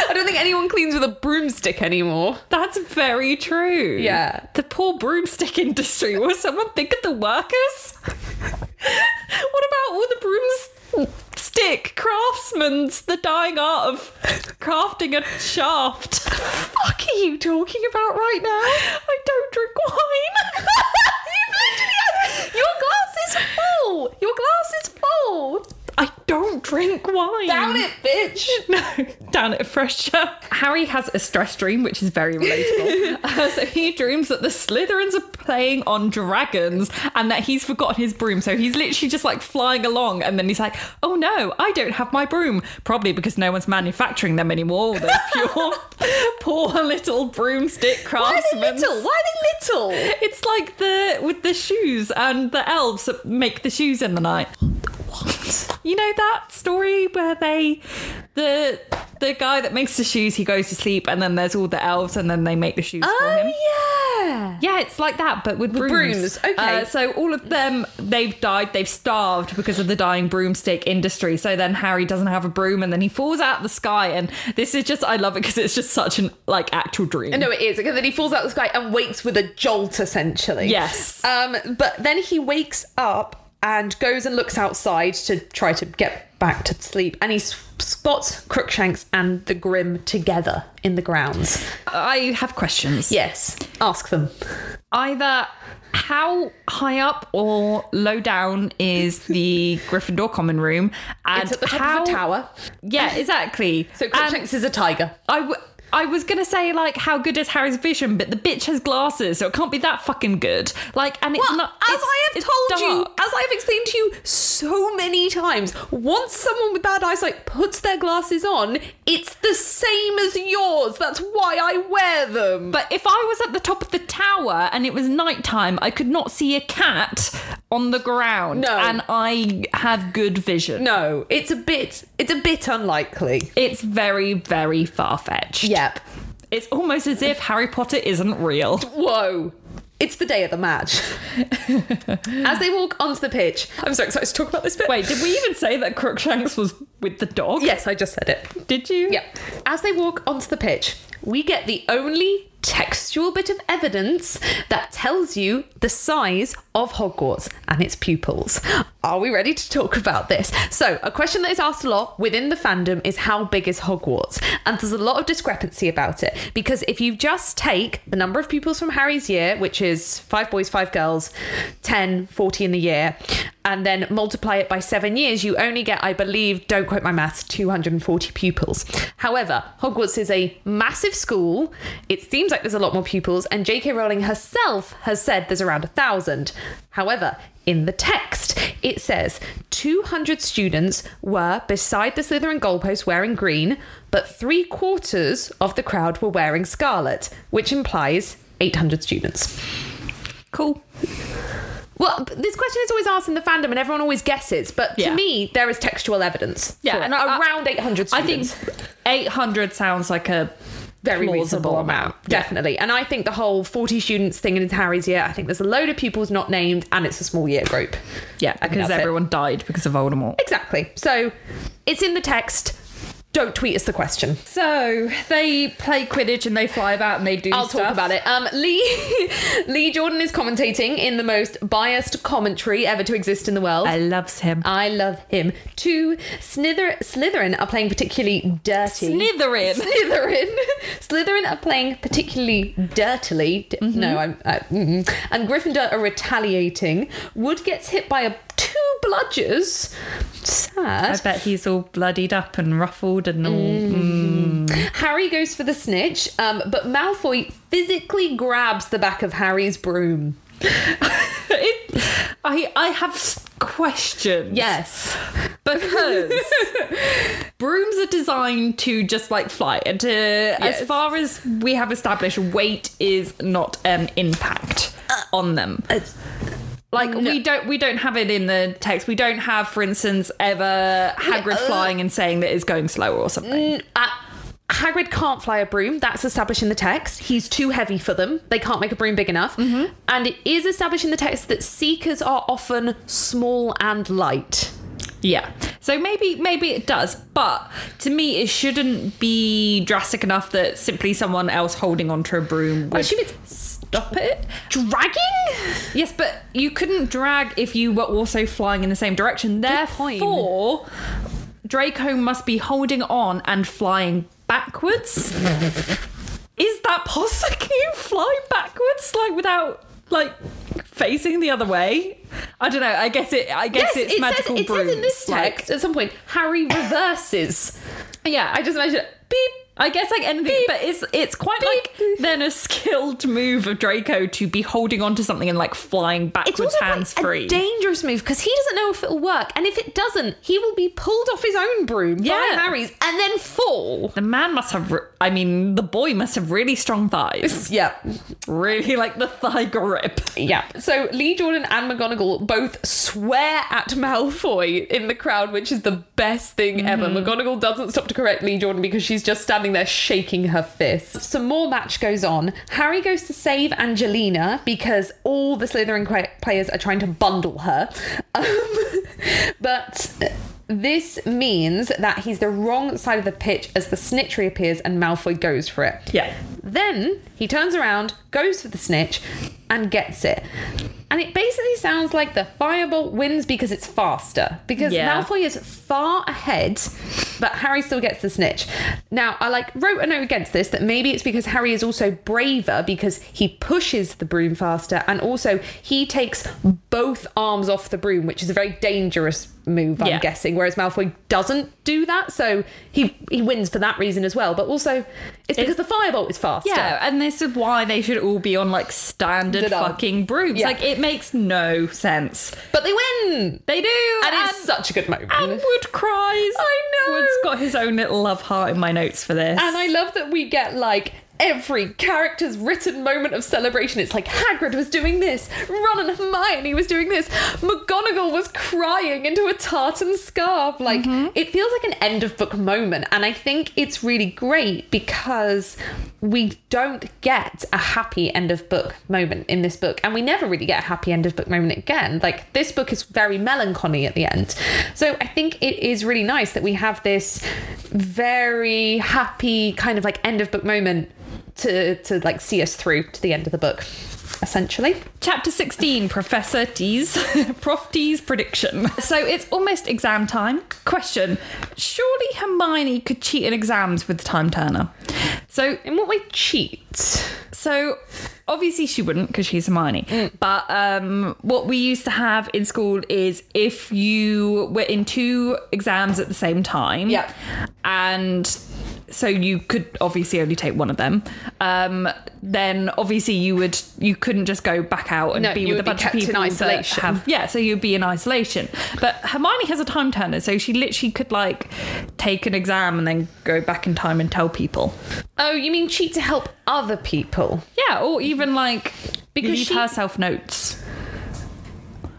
Speaker 4: I don't think anyone cleans with a broomstick anymore.
Speaker 1: That's very true.
Speaker 4: Yeah.
Speaker 1: The poor broomstick industry. Will someone think of the workers? what about all the broomstick craftsmen's, the dying art of crafting a shaft?
Speaker 4: Fuck are you talking about right now?
Speaker 1: I don't drink wine.
Speaker 4: You've literally had- your glass is full. Your glass is full.
Speaker 1: I don't drink wine.
Speaker 4: Down it, bitch.
Speaker 1: No, down at Fresher. Harry has a stress dream, which is very relatable. Uh, so he dreams that the Slytherins are playing on dragons and that he's forgotten his broom. So he's literally just like flying along and then he's like, oh no, I don't have my broom. Probably because no one's manufacturing them anymore. They're pure, poor little broomstick
Speaker 4: Why are
Speaker 1: craftsmen.
Speaker 4: they little? Why are they little?
Speaker 1: It's like the with the shoes and the elves that make the shoes in the night. What? You know that story where they the the guy that makes the shoes he goes to sleep and then there's all the elves and then they make the shoes for him.
Speaker 4: Oh, yeah.
Speaker 1: Yeah, it's like that, but Oh, with brooms.
Speaker 4: brooms, okay.
Speaker 1: Uh, so all of them, they've died, they've starved because of the dying broomstick industry. So then Harry doesn't have a broom, and then he falls out of the sky. And this is just, I love it because it's just such an like actual dream.
Speaker 4: No, it is. And then he falls out of the sky and wakes with a jolt, essentially.
Speaker 1: Yes.
Speaker 4: Um, but then he wakes up and goes and looks outside to try to get back to sleep. And he s- spots Crookshanks and the Grim together in the grounds.
Speaker 1: I have questions.
Speaker 4: Yes, ask them.
Speaker 1: Either how high up or low down is the Gryffindor common room? And
Speaker 4: It's at the top
Speaker 1: how,
Speaker 4: of a tower.
Speaker 1: Yeah, exactly.
Speaker 4: So
Speaker 1: And
Speaker 4: Crookshanks is a tiger.
Speaker 1: I, w- I was gonna say like how good is Harry's vision, but the bitch has glasses, so it can't be that fucking good. Like, and it's
Speaker 4: Well,
Speaker 1: not.
Speaker 4: as
Speaker 1: it's-
Speaker 4: I have
Speaker 1: it's
Speaker 4: told you,
Speaker 1: dark.
Speaker 4: as I have explained to you so many times, once someone with bad eyesight puts their glasses on, it's the same as yours. That's why I wear them.
Speaker 1: But if I was at the top of the tower and it was nighttime, I could not see a cat on the ground.
Speaker 4: No.
Speaker 1: And I have good vision.
Speaker 4: No, it's a bit it's a bit unlikely.
Speaker 1: It's very, very far fetched.
Speaker 4: Yep.
Speaker 1: It's almost as if Harry Potter isn't real.
Speaker 4: Whoa. It's the day of the match. as they walk onto the pitch, I'm so excited to talk about this bit.
Speaker 1: Wait, did we even say that Crookshanks was with the dog?
Speaker 4: Yes, I just said it.
Speaker 1: Did you?
Speaker 4: Yeah. As they walk onto the pitch, we get the only textual bit of evidence that tells you the size of Hogwarts and its pupils. Are we ready to talk about this? So, a question that is asked a lot within the fandom is how big is Hogwarts? And there's a lot of discrepancy about it because if you just take the number of pupils from Harry's year, which is five boys, five girls, 10, 40 in the year, and then multiply it by seven years, you only get, I believe, don't quote my maths, 240 pupils. However, Hogwarts is a massive school. It seems like there's a lot more pupils, and J.K. Rowling herself has said there's around a thousand. However, in the text, it says 200 students were beside the Slytherin goalpost wearing green, but three quarters of the crowd were wearing scarlet, which implies 800 students.
Speaker 1: Cool.
Speaker 4: Well, b- this question is always asked in the fandom, and everyone always guesses. But to
Speaker 1: Yeah.
Speaker 4: me, there is textual evidence.
Speaker 1: Yeah,
Speaker 4: for
Speaker 1: and
Speaker 4: it.
Speaker 1: I- I-
Speaker 4: around 800
Speaker 1: I
Speaker 4: students.
Speaker 1: think 800 sounds like a
Speaker 4: very reasonable
Speaker 1: plausible
Speaker 4: amount, definitely. And I think the whole 40 students thing in Harry's year, I think there's a load of pupils not named, and it's a small year group.
Speaker 1: Yeah,
Speaker 4: I think
Speaker 1: because
Speaker 4: that's it.
Speaker 1: everyone died because of Voldemort.
Speaker 4: Exactly. So it's in the text. Don't tweet us the question.
Speaker 1: So they play Quidditch and they fly about and they do
Speaker 4: I'll talk about it. Um, Lee Lee Jordan is commentating in the most biased commentary ever to exist in the world.
Speaker 1: I loves him.
Speaker 4: I love him. Two, Snither- Slytherin are playing particularly dirty.
Speaker 1: Slytherin.
Speaker 4: Slytherin. Slytherin are playing particularly dirtily. D-
Speaker 1: Mm-hmm.
Speaker 4: No, I'm. I, mm-mm. And Gryffindor are retaliating. Wood gets hit by a two bludgers.
Speaker 1: I
Speaker 4: Sad.
Speaker 1: bet he's all bloodied up and ruffled and all.
Speaker 4: Harry goes for the snitch, um, but Malfoy physically grabs the back of Harry's broom.
Speaker 1: It, I I have s- questions.
Speaker 4: Yes.
Speaker 1: because brooms are designed to just like fly, and to,
Speaker 4: Yes.
Speaker 1: as far as we have established, weight is not an impact on them. Like we don't we don't have it in the text. We don't have, for instance, ever Hagrid flying and saying that it's going slower or something.
Speaker 4: Uh, Hagrid can't fly a broom. That's established in the text. He's too heavy for them. They can't make a broom big enough.
Speaker 1: Mm-hmm.
Speaker 4: And it is established in the text that seekers are often small and light.
Speaker 1: Yeah. So maybe maybe it does, but to me it shouldn't be drastic enough that simply someone else holding onto a broom
Speaker 4: I
Speaker 1: would
Speaker 4: assume it's
Speaker 1: stop it.
Speaker 4: dragging?
Speaker 1: Yes, but you couldn't drag if you were also flying in the same direction.
Speaker 4: point.
Speaker 1: Therefore, Draco must be holding on and flying backwards. Is that possible? Can you fly backwards like without like facing the other way? I don't know. I guess it. I guess
Speaker 4: Yes,
Speaker 1: it's
Speaker 4: it,
Speaker 1: magical
Speaker 4: says, it
Speaker 1: brooms.
Speaker 4: says in this
Speaker 1: like-
Speaker 4: text at some point Harry reverses.
Speaker 1: yeah,
Speaker 4: I just imagine beep.
Speaker 1: I guess like anything, but it's it's quite like then a skilled move of Draco to be holding onto something and like flying
Speaker 4: It's
Speaker 1: backwards,
Speaker 4: also quite
Speaker 1: hands free.
Speaker 4: a dangerous move because he doesn't know if it'll work, and if it doesn't, he will be pulled off his own broom by
Speaker 1: Yeah.
Speaker 4: Harry's and then fall.
Speaker 1: the man must have, re- I mean, the boy must have really strong thighs.
Speaker 4: Yeah,
Speaker 1: really like the thigh grip.
Speaker 4: yeah. So Lee Jordan and McGonagall both swear at Malfoy in the crowd, which is the best thing ever. McGonagall doesn't stop to correct Lee Jordan because she's just standing there shaking her fist. Some more match goes on. Harry goes to save Angelina because all the Slytherin qu- players are trying to bundle her. Um, but. This means that he's the wrong side of the pitch as the snitch reappears and Malfoy goes for it.
Speaker 1: Yeah.
Speaker 4: Then he turns around, goes for the snitch, and gets it. And it basically sounds like the Firebolt wins because it's faster. Because
Speaker 1: Yeah.
Speaker 4: Malfoy is far ahead, but Harry still gets the snitch. Now, I like wrote a note against this that maybe it's because Harry is also braver because he pushes the broom faster and also he takes both arms off the broom, which is a very dangerous move, I'm
Speaker 1: Yeah.
Speaker 4: guessing, whereas Malfoy doesn't do that. So he, he wins for that reason as well. But also, it's because the Firebolt is faster.
Speaker 1: Yeah, and this is why they should all be on like standard
Speaker 4: Good old-
Speaker 1: fucking brooms.
Speaker 4: Yeah.
Speaker 1: Like it makes no sense.
Speaker 4: But they win!
Speaker 1: They do,
Speaker 4: And, it's such a good moment.
Speaker 1: and Wood cries.
Speaker 4: I know.
Speaker 1: Wood's got his own little love heart in my notes for this.
Speaker 4: And I love that we get like every character's written moment of celebration. It's like Hagrid was doing this, Ron and Hermione was doing this, McGonagall was crying into a tartan scarf. Like
Speaker 1: Mm-hmm.
Speaker 4: it feels like an end of book moment, and I think it's really great because we don't get a happy end of book moment in this book, and we never really get a happy end of book moment again. Like this book is very melancholy at the end, so I think it is really nice that we have this very happy kind of like end of book moment to to like see us through to the end of the book essentially
Speaker 1: Chapter 16, Professor D's, Prof D's prediction. So it's almost exam time. Question Surely Hermione could cheat in exams with the time turner. So,
Speaker 4: in what way cheat
Speaker 1: so obviously she wouldn't because she's Hermione.
Speaker 4: Mm.
Speaker 1: But um, what we used to have in school is if you were in two exams at the same time,
Speaker 4: Yep.
Speaker 1: and so you could obviously only take one of them. Um, then obviously you would you couldn't just go back out and
Speaker 4: No,
Speaker 1: be
Speaker 4: you
Speaker 1: with
Speaker 4: would
Speaker 1: a
Speaker 4: be
Speaker 1: bunch
Speaker 4: kept in
Speaker 1: of people that
Speaker 4: isolation.
Speaker 1: have yeah, so you'd be in isolation. But Hermione has a time turner, so she literally could like take an exam and then go back in time and tell people.
Speaker 4: oh you mean cheat to help other people
Speaker 1: Yeah, or even like
Speaker 4: Because
Speaker 1: leave
Speaker 4: she-
Speaker 1: herself notes.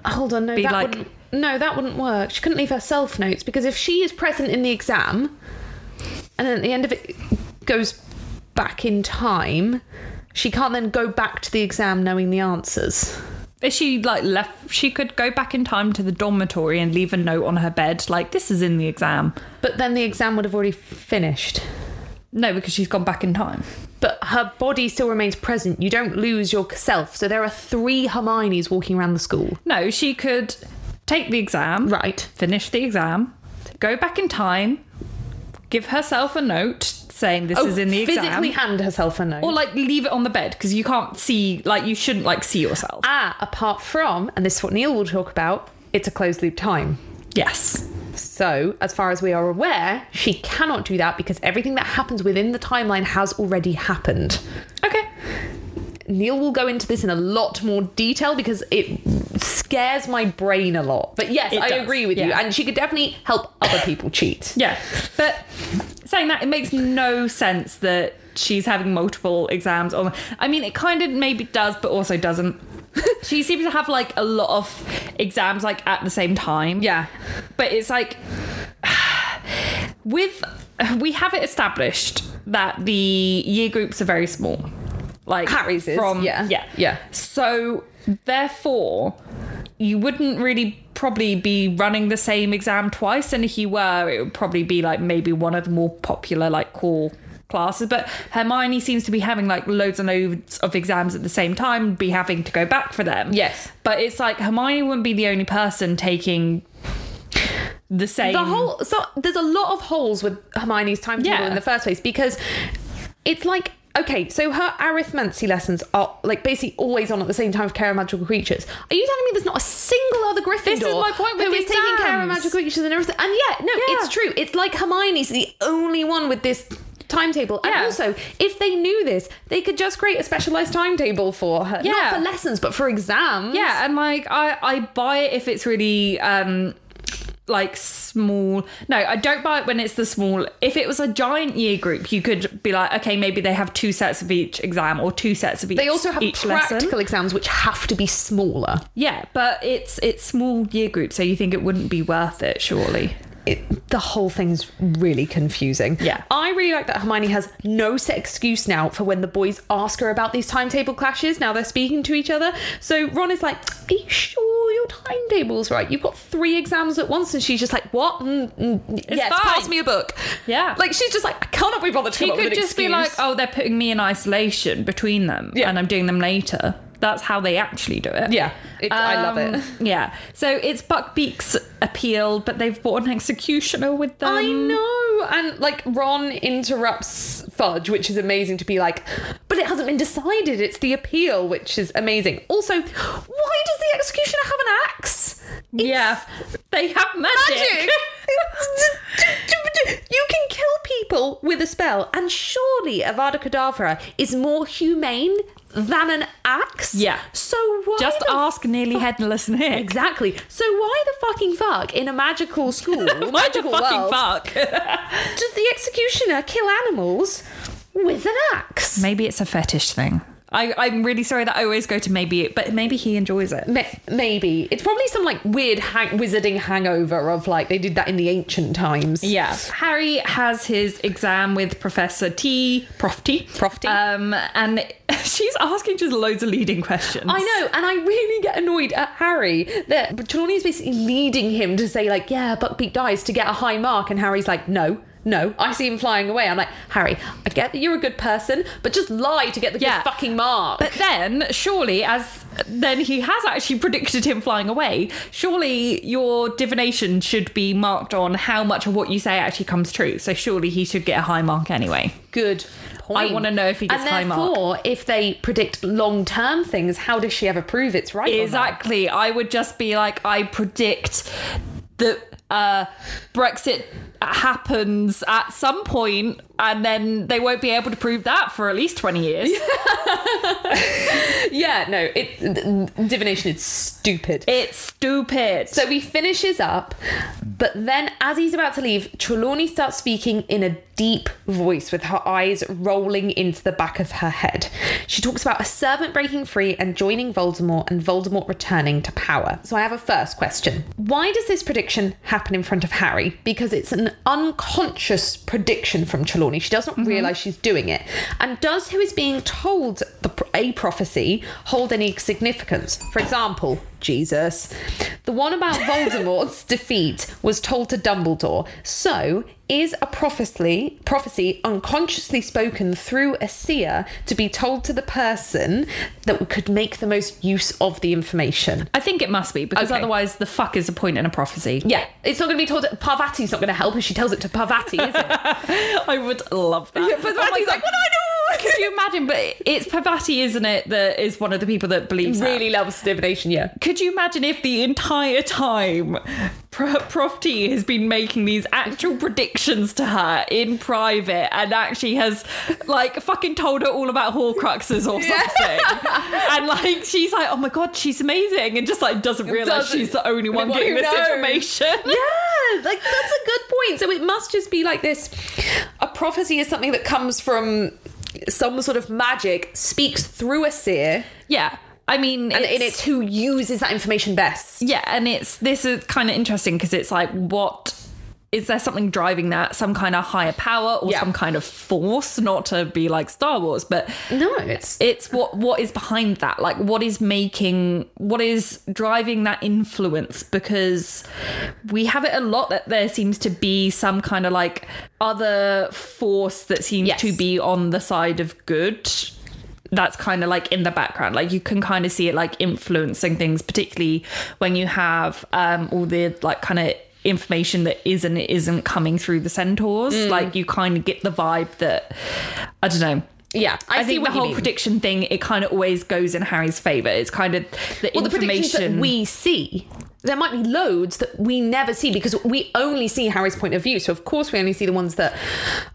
Speaker 4: hold on no
Speaker 1: Be
Speaker 4: that
Speaker 1: like-
Speaker 4: wouldn't no that wouldn't work she couldn't leave herself notes because if she is present in the exam and then at the end of it goes back in time she can't then go back to the exam knowing the answers
Speaker 1: If she like left, she could go back in time to the dormitory and leave a note on her bed, like this is in the exam.
Speaker 4: but then the exam would have already finished
Speaker 1: No, because she's gone back in time.
Speaker 4: but her body still remains present. You don't lose yourself. So there are three Hermiones walking around the school.
Speaker 1: No, she could take the exam,
Speaker 4: Right.
Speaker 1: finish the exam, go back in time, give herself a note saying this is in the
Speaker 4: Oh, physically
Speaker 1: exam.
Speaker 4: hand herself a note.
Speaker 1: Oh, or like leave it on the bed because you can't see, like you shouldn't like see yourself.
Speaker 4: ah, apart from, and this is what Neil will talk about, it's a closed loop time.
Speaker 1: Yes.
Speaker 4: So, as far as we are aware, she cannot do that because everything that happens within the timeline has already happened.
Speaker 1: Okay.
Speaker 4: Neil will go into this in a lot more detail because it scares my brain a lot. But yes,
Speaker 1: It
Speaker 4: I
Speaker 1: does,
Speaker 4: agree with you.
Speaker 1: yeah.
Speaker 4: And she could definitely help other people cheat.
Speaker 1: Yeah. But saying that, it makes no sense that she's having multiple exams on. I mean, it kind of maybe does, but also doesn't. she seems to have like a lot of exams like at the same time.
Speaker 4: Yeah.
Speaker 1: but it's like with we have it established that the year groups are very small like
Speaker 4: Harry's is,
Speaker 1: from
Speaker 4: yeah.
Speaker 1: yeah
Speaker 4: Yeah.
Speaker 1: so therefore you wouldn't really probably be running the same exam twice and if you were it would probably be like maybe one of the more popular like core classes but hermione seems to be having like loads and loads of exams at the same time be having to go back for them
Speaker 4: Yes.
Speaker 1: but it's like hermione wouldn't be the only person taking the same
Speaker 4: the whole so there's a lot of holes with Hermione's timetable
Speaker 1: Yeah.
Speaker 4: in the first place because it's like okay so her arithmancy lessons are like basically always on at the same time for care of magical creatures are you telling me there's not a single other Gryffindor
Speaker 1: is my point with
Speaker 4: who
Speaker 1: the
Speaker 4: is taking care of
Speaker 1: exams.
Speaker 4: magical creatures and everything and yeah no
Speaker 1: Yeah.
Speaker 4: it's true it's like Hermione's the only one with this timetable and
Speaker 1: Yeah.
Speaker 4: also if they knew this they could just create a specialized timetable for her not
Speaker 1: Yeah.
Speaker 4: for lessons but for exams
Speaker 1: yeah and like i i buy it if it's really um like small no i don't buy it when it's the small if it was a giant year group you could be like okay maybe they have two sets of each exam or two sets of each
Speaker 4: they also have
Speaker 1: each
Speaker 4: practical
Speaker 1: lesson
Speaker 4: exams which have to be smaller
Speaker 1: yeah but it's it's small year group so you think it wouldn't be worth it surely
Speaker 4: it, the whole thing's really confusing.
Speaker 1: Yeah.
Speaker 4: I really like that Hermione has no set excuse now for when the boys ask her about these timetable clashes. Now they're speaking to each other. So Ron is like, Are you sure your timetable's right? You've got three exams at once. And she's just like, What? Mm, mm, yes,
Speaker 1: fine.
Speaker 4: pass me a book.
Speaker 1: Yeah.
Speaker 4: Like she's just like, I cannot be bothered to
Speaker 1: She
Speaker 4: come up
Speaker 1: could
Speaker 4: with an
Speaker 1: just be
Speaker 4: excuse."
Speaker 1: like, oh, they're putting me in isolation between them
Speaker 4: Yeah.
Speaker 1: and I'm doing them later. That's how they actually do it.
Speaker 4: Yeah, It, I love
Speaker 1: Um,
Speaker 4: it.
Speaker 1: Yeah. So it's Buckbeak's appeal, but they've brought an executioner with them.
Speaker 4: I know. And like Ron interrupts Fudge, which is amazing to be like, but it hasn't been decided. It's the appeal, which is amazing. Also, why does the executioner have an axe?
Speaker 1: Yeah. They have
Speaker 4: Magic!
Speaker 1: magic.
Speaker 4: you can kill people with a spell, and surely Avada Kedavra is more humane than an axe.
Speaker 1: Yeah.
Speaker 4: So why
Speaker 1: Just
Speaker 4: the
Speaker 1: ask nearly headless Nick.
Speaker 4: Oh Exactly. So why the fucking fuck in a magical school,
Speaker 1: Why the
Speaker 4: magical
Speaker 1: fucking
Speaker 4: world,
Speaker 1: fuck?
Speaker 4: does the executioner kill animals with an axe?
Speaker 1: Maybe it's a fetish thing. I, I'm really sorry that I always go to maybe, but maybe he enjoys it.
Speaker 4: Ma- Maybe it's probably some like weird hang- wizarding hangover of like they did that in the ancient times.
Speaker 1: Yeah. Harry has his exam with Professor T, Prof T.
Speaker 4: Prof T.
Speaker 1: Um, and she's asking just loads of leading questions.
Speaker 4: I know, and I really get annoyed at Harry that Trelawney is basically leading him to say like, "Yeah, Buckbeak dies" to get a high mark, and Harry's like, "No." No, I see him flying away. I'm like, Harry, I get that you're a good person, but just lie to get the
Speaker 1: Yeah.
Speaker 4: good fucking mark.
Speaker 1: But then, surely, as then he has actually predicted him flying away, surely your divination should be marked on how much of what you say actually comes true. So, surely he should get a high mark anyway.
Speaker 4: Good point.
Speaker 1: I wanna know if he gets
Speaker 4: and
Speaker 1: high mark.
Speaker 4: therefore, if they predict long term things, how does she ever prove it's right? or not?
Speaker 1: Exactly. I would just be like, I predict that uh, Brexit happens at some point, and then they won't be able to prove that for at least 20 years.
Speaker 4: Yeah, no, it th- divination is stupid.
Speaker 1: it's stupid.
Speaker 4: so he finishes up, but then as he's about to leave, Trelawney starts speaking in a deep voice with her eyes rolling into the back of her head. She talks about a servant breaking free and joining Voldemort and Voldemort returning to power. So I have a first question. Why does this prediction happen in front of Harry? Because it's an unconscious prediction from Trelawney. She doesn't realize she's doing it. And does who is being told the, pro- a prophecy hold any significance? For example, Jesus. The one about Voldemort's defeat was told to Dumbledore. So, is a prophecy, prophecy unconsciously spoken through a seer to be told to the person that could make the most use of the information?
Speaker 1: I think it must be, because
Speaker 4: Okay.
Speaker 1: otherwise, the fuck is the point in a prophecy?
Speaker 4: Yeah, it's not going to be told. Parvati's not going to help if she tells it to Parvati, is it?
Speaker 1: I would love that. Oh
Speaker 4: Yeah, but
Speaker 1: my
Speaker 4: Patty's
Speaker 1: God.
Speaker 4: like, "What do I do?"
Speaker 1: Could you imagine? But it's Pavati, isn't it, that is one of the people that believes that?
Speaker 4: really loves divination, yeah.
Speaker 1: Could you imagine if the entire time Pro- Prof T has been making these actual predictions to her in private and actually has like fucking told her all about Horcruxes or something? and like she's like, oh my god, she's amazing, and just like doesn't realize
Speaker 4: Doesn't-
Speaker 1: she's the only one
Speaker 4: Anyone
Speaker 1: getting
Speaker 4: who
Speaker 1: this
Speaker 4: knows.
Speaker 1: information.
Speaker 4: Yeah, like that's a good point. So it must just be like this. A prophecy is something that comes from some sort of magic, speaks through a seer,
Speaker 1: Yeah. I mean,
Speaker 4: and and it's who uses that information best.
Speaker 1: Yeah, and it's this is kind of interesting because it's like what is there something driving that some kind of higher power or
Speaker 4: Yeah.
Speaker 1: some kind of force not to be like Star Wars but
Speaker 4: No, it's
Speaker 1: it's what what is behind that like what is making what is driving that influence because we have it a lot that there seems to be some kind of like other force that seems
Speaker 4: Yes.
Speaker 1: to be on the side of good that's kind of like in the background like you can kind of see it like influencing things particularly when you have um all the like kind of information that is and isn't coming through the centaurs like you kind of get the vibe that i don't know
Speaker 4: yeah. I,
Speaker 1: I,
Speaker 4: see
Speaker 1: think
Speaker 4: what
Speaker 1: the
Speaker 4: you
Speaker 1: whole
Speaker 4: mean.
Speaker 1: prediction thing, it kind of always goes in Harry's favour. It's kind of the
Speaker 4: Well, the predictions that
Speaker 1: information.
Speaker 4: we see, there might be loads that we never see because we only see Harry's point of view. So of course we only see the ones that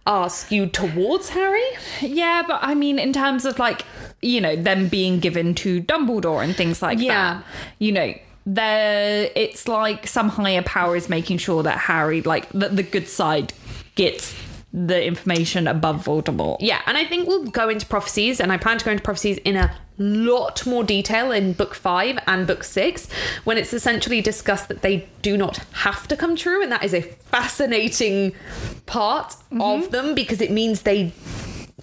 Speaker 4: are skewed towards Harry.
Speaker 1: yeah, but I mean, in terms of like, you know, them being given to Dumbledore and things like
Speaker 4: Yeah.
Speaker 1: that. You know, there it's like some higher power is making sure that Harry, like, that the good side gets the information above Voldemort.
Speaker 4: Yeah, and I think we'll go into prophecies, and I plan to go into prophecies in a lot more detail in book five and book six, when it's essentially discussed that they do not have to come true,
Speaker 1: Mm-hmm.
Speaker 4: and that is a fascinating part of them because it means they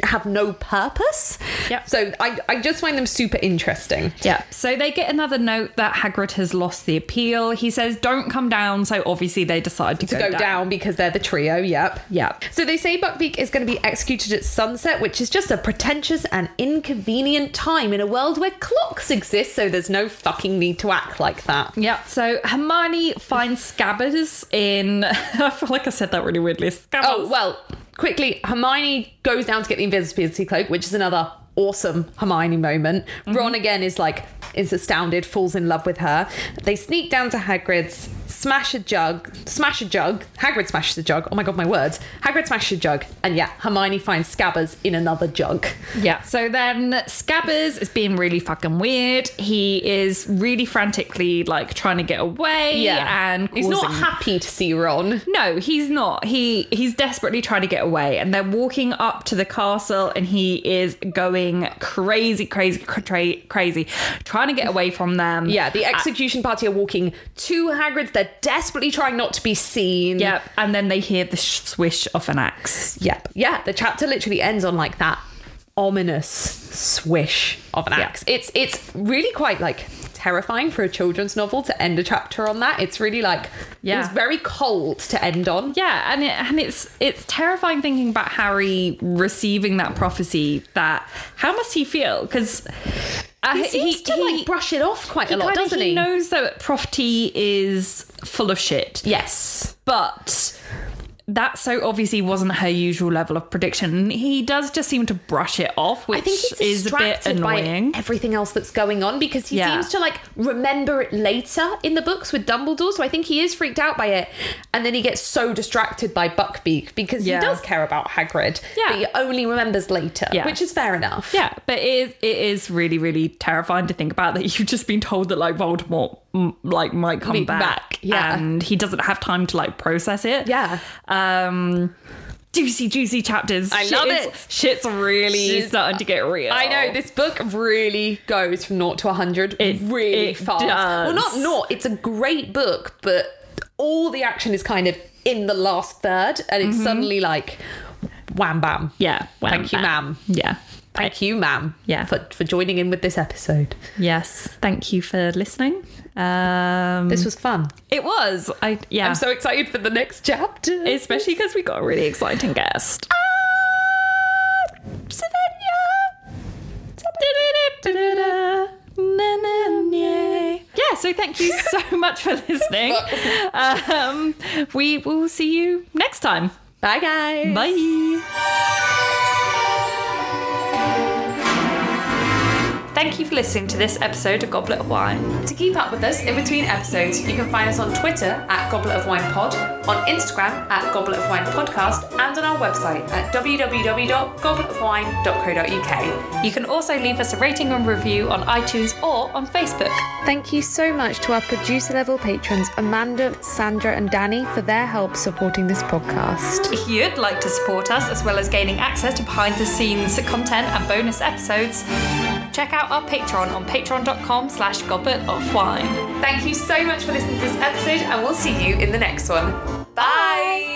Speaker 4: have no purpose.
Speaker 1: Yep.
Speaker 4: So I, I just find them super interesting.
Speaker 1: Yeah. So they get another note that Hagrid has lost the appeal. He says, "Don't come down." So obviously they decide to,
Speaker 4: to go, down. because they're the trio. Yep.
Speaker 1: Yep.
Speaker 4: So they say Buckbeak is going to be executed at sunset, which is just a pretentious and inconvenient time in a world where clocks exist, so there's no fucking need to act like that.
Speaker 1: Yeah. So Hermione finds scabbards in. I feel like I said that really weirdly. Scabbards.
Speaker 4: Oh, well, quickly, Hermione goes down to get the invisibility cloak, which is another awesome Hermione moment. Ron again is like, is astounded, falls in love with her. They sneak down to Hagrid's, smash a jug, smash a jug. Hagrid smashes a jug. Oh my god, my words. Hagrid smashes a jug. And yeah, Hermione finds Scabbers in another jug.
Speaker 1: Yeah. So then Scabbers is being really fucking weird. He is really frantically like trying to get away. And
Speaker 4: he's not
Speaker 1: causing-
Speaker 4: happy to see Ron.
Speaker 1: No, he's not. He he's desperately trying to get away, and they're walking up to the castle, and he is going crazy, crazy, cra- crazy, trying to get away from them.
Speaker 4: Yeah, the execution party are walking to Hagrid's. They're desperately trying not to be seen.
Speaker 1: Yep. And then they hear the swish of an axe.
Speaker 4: Yep. Yeah, the chapter literally ends on like that ominous swish of an axe. It's it's really quite like terrifying for a children's novel to end a chapter on that. It's really like
Speaker 1: Yeah.
Speaker 4: it was very cold to end on.
Speaker 1: Yeah, and it, and it's it's terrifying thinking about Harry receiving that prophecy. That how must he feel? Because uh,
Speaker 4: He seems to like brush it off quite a lot,
Speaker 1: kinda-
Speaker 4: doesn't he?
Speaker 1: knows that Profty is full of shit.
Speaker 4: yes.
Speaker 1: but that so obviously wasn't her usual level of prediction. He does just seem to brush it off, which
Speaker 4: I think
Speaker 1: is
Speaker 4: he's
Speaker 1: a bit
Speaker 4: distracted
Speaker 1: annoying.
Speaker 4: by everything else that's going on because he
Speaker 1: Yeah.
Speaker 4: seems to like remember it later in the books with Dumbledore. So I think he is freaked out by it, and then he gets so distracted by Buckbeak because
Speaker 1: Yeah.
Speaker 4: he does care about Hagrid,
Speaker 1: Yeah.
Speaker 4: but he only remembers later,
Speaker 1: Yeah.
Speaker 4: which is fair enough.
Speaker 1: yeah, but it is, it is really, really terrifying to think about that you've just been told that like Voldemort m- like might come
Speaker 4: Be
Speaker 1: back,
Speaker 4: back, yeah.
Speaker 1: and he doesn't have time to like process it.
Speaker 4: Yeah.
Speaker 1: Um, juicy, juicy chapters.
Speaker 4: I love
Speaker 1: is-
Speaker 4: it.
Speaker 1: Shit's really
Speaker 4: Shit's-
Speaker 1: starting to get real.
Speaker 4: I know this book really goes from naught to hundred
Speaker 1: It-
Speaker 4: really
Speaker 1: it
Speaker 4: fast.
Speaker 1: does.
Speaker 4: Well, not naught. It's a great book, but all the action is kind of in the last third, and
Speaker 1: Mm-hmm.
Speaker 4: it's suddenly like wham bam.
Speaker 1: Yeah. wham,
Speaker 4: Thank you,
Speaker 1: bam.
Speaker 4: ma'am.
Speaker 1: Yeah.
Speaker 4: Thank you, ma'am,
Speaker 1: Yeah.
Speaker 4: for, for joining in with this episode.
Speaker 1: Yes. Thank you for listening. Um,
Speaker 4: This was fun.
Speaker 1: It was. I yeah.
Speaker 4: I'm so excited for the next chapter.
Speaker 1: Especially because we got a really exciting guest. Yeah, so thank you so much for listening. Um, we will see you next time.
Speaker 4: Bye, guys.
Speaker 1: Bye.
Speaker 2: Thank you for listening to this episode of Goblet of Wine. To keep up with us in between episodes, you can find us on Twitter at Goblet of Wine Pod, on Instagram at Goblet of Wine Podcast, and on our website at www.gobletofwine.co.uk.
Speaker 1: You can also leave us a rating and review on iTunes or on Facebook.
Speaker 5: Thank you so much to our producer level patrons, Amanda, Sandra, and Danny, for their help supporting this podcast.
Speaker 1: If you'd like to support us, as well as gaining access to behind the scenes content and bonus episodes, check out our Patreon on patreon.com slash goblet of wine.
Speaker 2: Thank you so much for listening to this episode, and we'll see you in the next one. Bye.